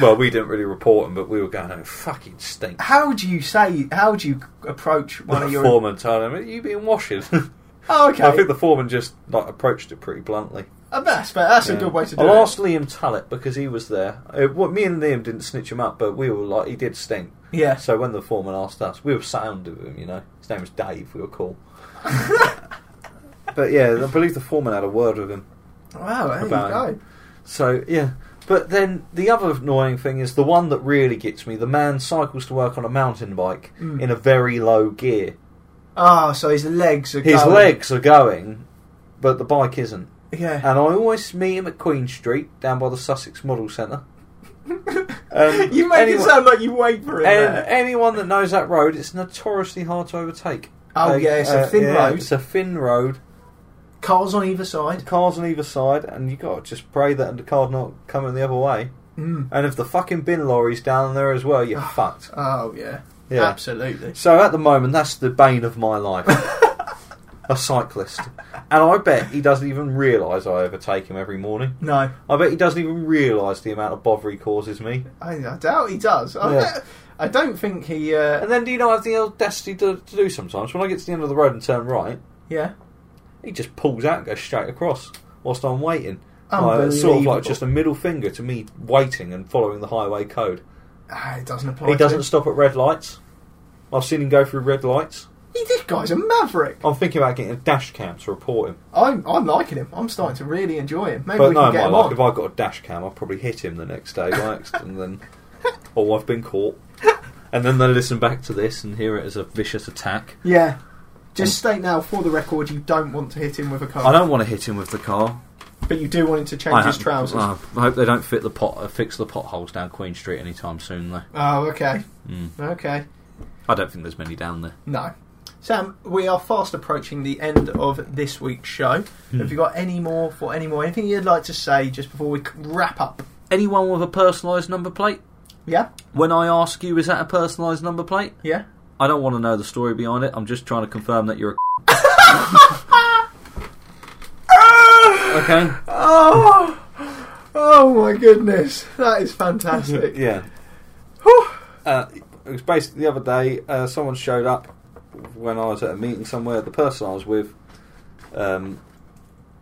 S2: Well, we didn't really report him, but we were going, "Oh, fucking stink."
S1: how do you say? How do you approach one
S2: The
S1: of your?
S2: foreman told him, "You been washing?"
S1: Oh, okay.
S2: I think the foreman just like approached it pretty bluntly.
S1: Uh, that's fair. That's a
S2: Yeah.
S1: good way to do
S2: I'll
S1: it.
S2: ask Liam Tallet because he was there. Uh, well, me and Liam didn't snitch him up, but we were like, he did stink.
S1: Yeah.
S2: So when the foreman asked us, we were sounded with him, you know. His name was Dave, we were cool. but yeah, I believe the foreman had a word with him.
S1: Wow, Oh, there
S2: about
S1: you
S2: it. So yeah. But then the other annoying thing is the one that really gets me the man cycles to work on a mountain bike
S1: Mm.
S2: in a very low gear.
S1: go. Ah, so his legs are
S2: His
S1: going.
S2: legs are going, but the bike isn't.
S1: Yeah.
S2: And I always meet him at Queen Street down by the Sussex Model Centre. Um,
S1: you make
S2: anyone-
S1: it sound like you wait for him.
S2: And
S1: there.
S2: anyone that knows that road, it's notoriously hard to overtake. uh,
S1: Oh, yeah, it's a thin road.
S2: It's a thin road.
S1: Cars on either side.
S2: Cars on either side, and you got to just pray that the car not coming the other way.
S1: Mm.
S2: And if the fucking bin lorry's down there as well, you're fucked.
S1: Oh yeah.
S2: Yeah.
S1: Absolutely.
S2: So at the moment, that's the bane of my life. a cyclist, and I bet he doesn't even realise I overtake him every morning.
S1: No,
S2: I bet he doesn't even realise the amount of bother he causes me.
S1: I, I doubt he does. I,
S2: Yeah.
S1: don't, I don't think he. Uh,
S2: And then do you know I have the audacity to, to do sometimes? When I get to the end of the road and turn right,
S1: yeah.
S2: he just pulls out and goes straight across whilst I'm waiting. Uh,
S1: Unbelievable.
S2: sort of like just a middle finger to me waiting and following the highway code.
S1: Ah, it doesn't apply.
S2: He doesn't
S1: To
S2: stop at red lights. I've seen him go through red lights.
S1: he, this guy's a maverick.
S2: I'm thinking about getting a dash cam to report him.
S1: I'm, I'm liking him. I'm starting to really enjoy him. Maybe
S2: but
S1: we
S2: no,
S1: can
S2: in
S1: get
S2: my
S1: him
S2: life,
S1: on.
S2: if I got a dash cam, I'd probably hit him the next day by accident. then, oh, I've been caught. And then they listen back to this and hear it as a vicious attack.
S1: Yeah. Just state now, for the record, you don't want to hit him with a car.
S2: I don't want to hit him with the car.
S1: But you do want him to change
S2: I
S1: his
S2: hope-
S1: trousers.
S2: oh, I hope they don't fit the pot, uh, fix the potholes down Queen Street anytime soon, though.
S1: Oh, okay.
S2: Mm.
S1: Okay.
S2: I don't think there's many down there.
S1: No. Sam, we are fast approaching the end of this week's show.
S2: Hmm.
S1: Have you got any more for any more? Anything you'd like to say just before we c- wrap up?
S2: Anyone with a personalised number plate?
S1: Yeah?
S2: When I ask you, is that a personalised number plate?
S1: Yeah?
S2: I don't want to know the story behind it. I'm just trying to confirm that you're a. okay.
S1: Oh! Oh my goodness. That is fantastic.
S2: Yeah.
S1: Whew.
S2: Uh, it was basically the other day. Uh, someone showed up when I was at a meeting somewhere. The person I was with um,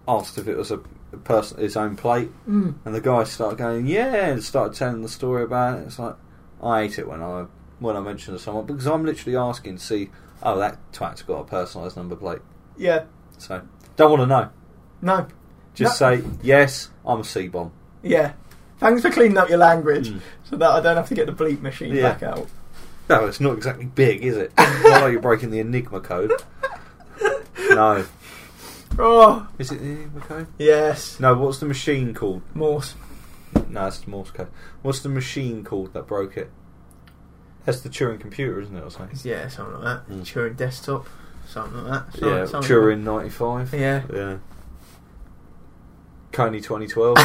S2: asked if it was a person his own plate,
S1: Mm.
S2: and the guy started going, "Yeah," and started telling the story about it. It's like I ate it when I when I mentioned to someone because I'm literally asking to see, oh, that twat's got a personalised number plate,
S1: Yeah.
S2: so don't want to know.
S1: No.
S2: Just
S1: No.
S2: say yes, I'm a C bomb.
S1: Yeah. Thanks for cleaning up your language
S2: Mm.
S1: so that I don't have to get the bleep machine
S2: Yeah.
S1: back out.
S2: No, it's not exactly big, is it? Not like you're breaking the Enigma code. No.
S1: Oh,
S2: Is it the Enigma code?
S1: yes.
S2: No, what's the machine called?
S1: Morse.
S2: No, it's the Morse code. What's the machine called that broke it? That's the Turing computer, isn't it, or something?
S1: Yeah, something like that.
S2: Mm.
S1: Turing desktop. Something like that. Something,
S2: Yeah,
S1: something
S2: Turing 95.
S1: Yeah.
S2: Yeah. Coney 2012.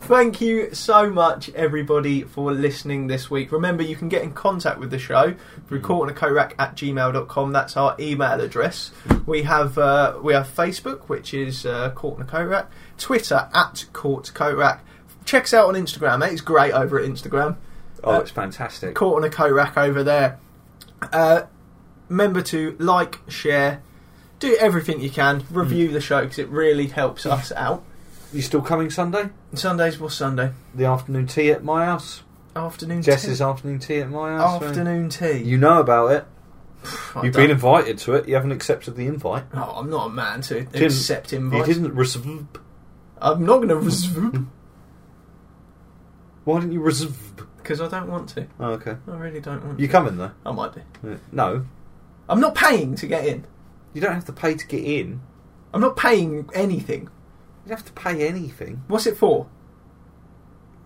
S1: Thank you so much, everybody, for listening this week. Remember, you can get in contact with the show
S2: Hmm.
S1: through courtnacorac at gmail.com. That's our email address. We have uh, we have Facebook, which is uh, Court and Korak. Twitter, at Court Korak. Check us out on Instagram. Mate. It's great over at Instagram.
S2: oh, it's fantastic.
S1: Court and a Korak over there. Uh, remember to like, share, do everything you can.
S2: Mm.
S1: Review the show because it really helps us out.
S2: You still coming Sunday?
S1: Sundays was Sunday.
S2: The afternoon tea at my house?
S1: Afternoon tea.
S2: Jess's afternoon tea at my house? man.
S1: afternoon tea.
S2: You know about it.
S1: Pff, I
S2: You've
S1: don't-
S2: been invited to it. You haven't accepted the invite.
S1: Oh, I'm not a man to
S2: Didn't-
S1: accept
S2: You
S1: invites.
S2: didn't reserve.
S1: I'm not going to resume
S2: Why didn't you reserve?
S1: because I don't want to.
S2: Oh, okay.
S1: I really don't want.
S2: You
S1: to.
S2: coming though?
S1: I might do.
S2: Yeah. No,
S1: I'm not paying to get in.
S2: you don't have to pay to get in.
S1: I'm not paying anything.
S2: You don't have to pay anything.
S1: What's it for?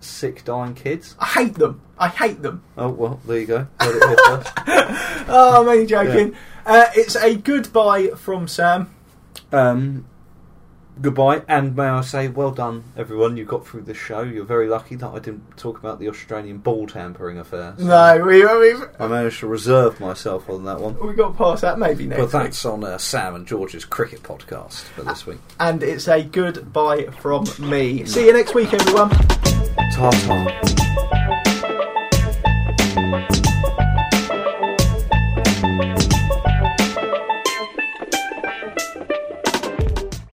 S2: Sick dying kids.
S1: I hate them. I hate them.
S2: Oh well, there you go. Heard it here first.
S1: Oh, I'm only joking. Uh, it's a goodbye from Sam.
S2: Um, goodbye, and may I say, well done, everyone. You got through the show. You're very lucky that I didn't talk about the Australian ball tampering affair. so
S1: No, we we
S2: I managed to reserve myself on that one.
S1: we got past that maybe next.
S2: But
S1: week.
S2: that's on uh, Sam and George's cricket podcast for this week.
S1: And it's a goodbye from me. See you next week, everyone.
S2: Ta ta.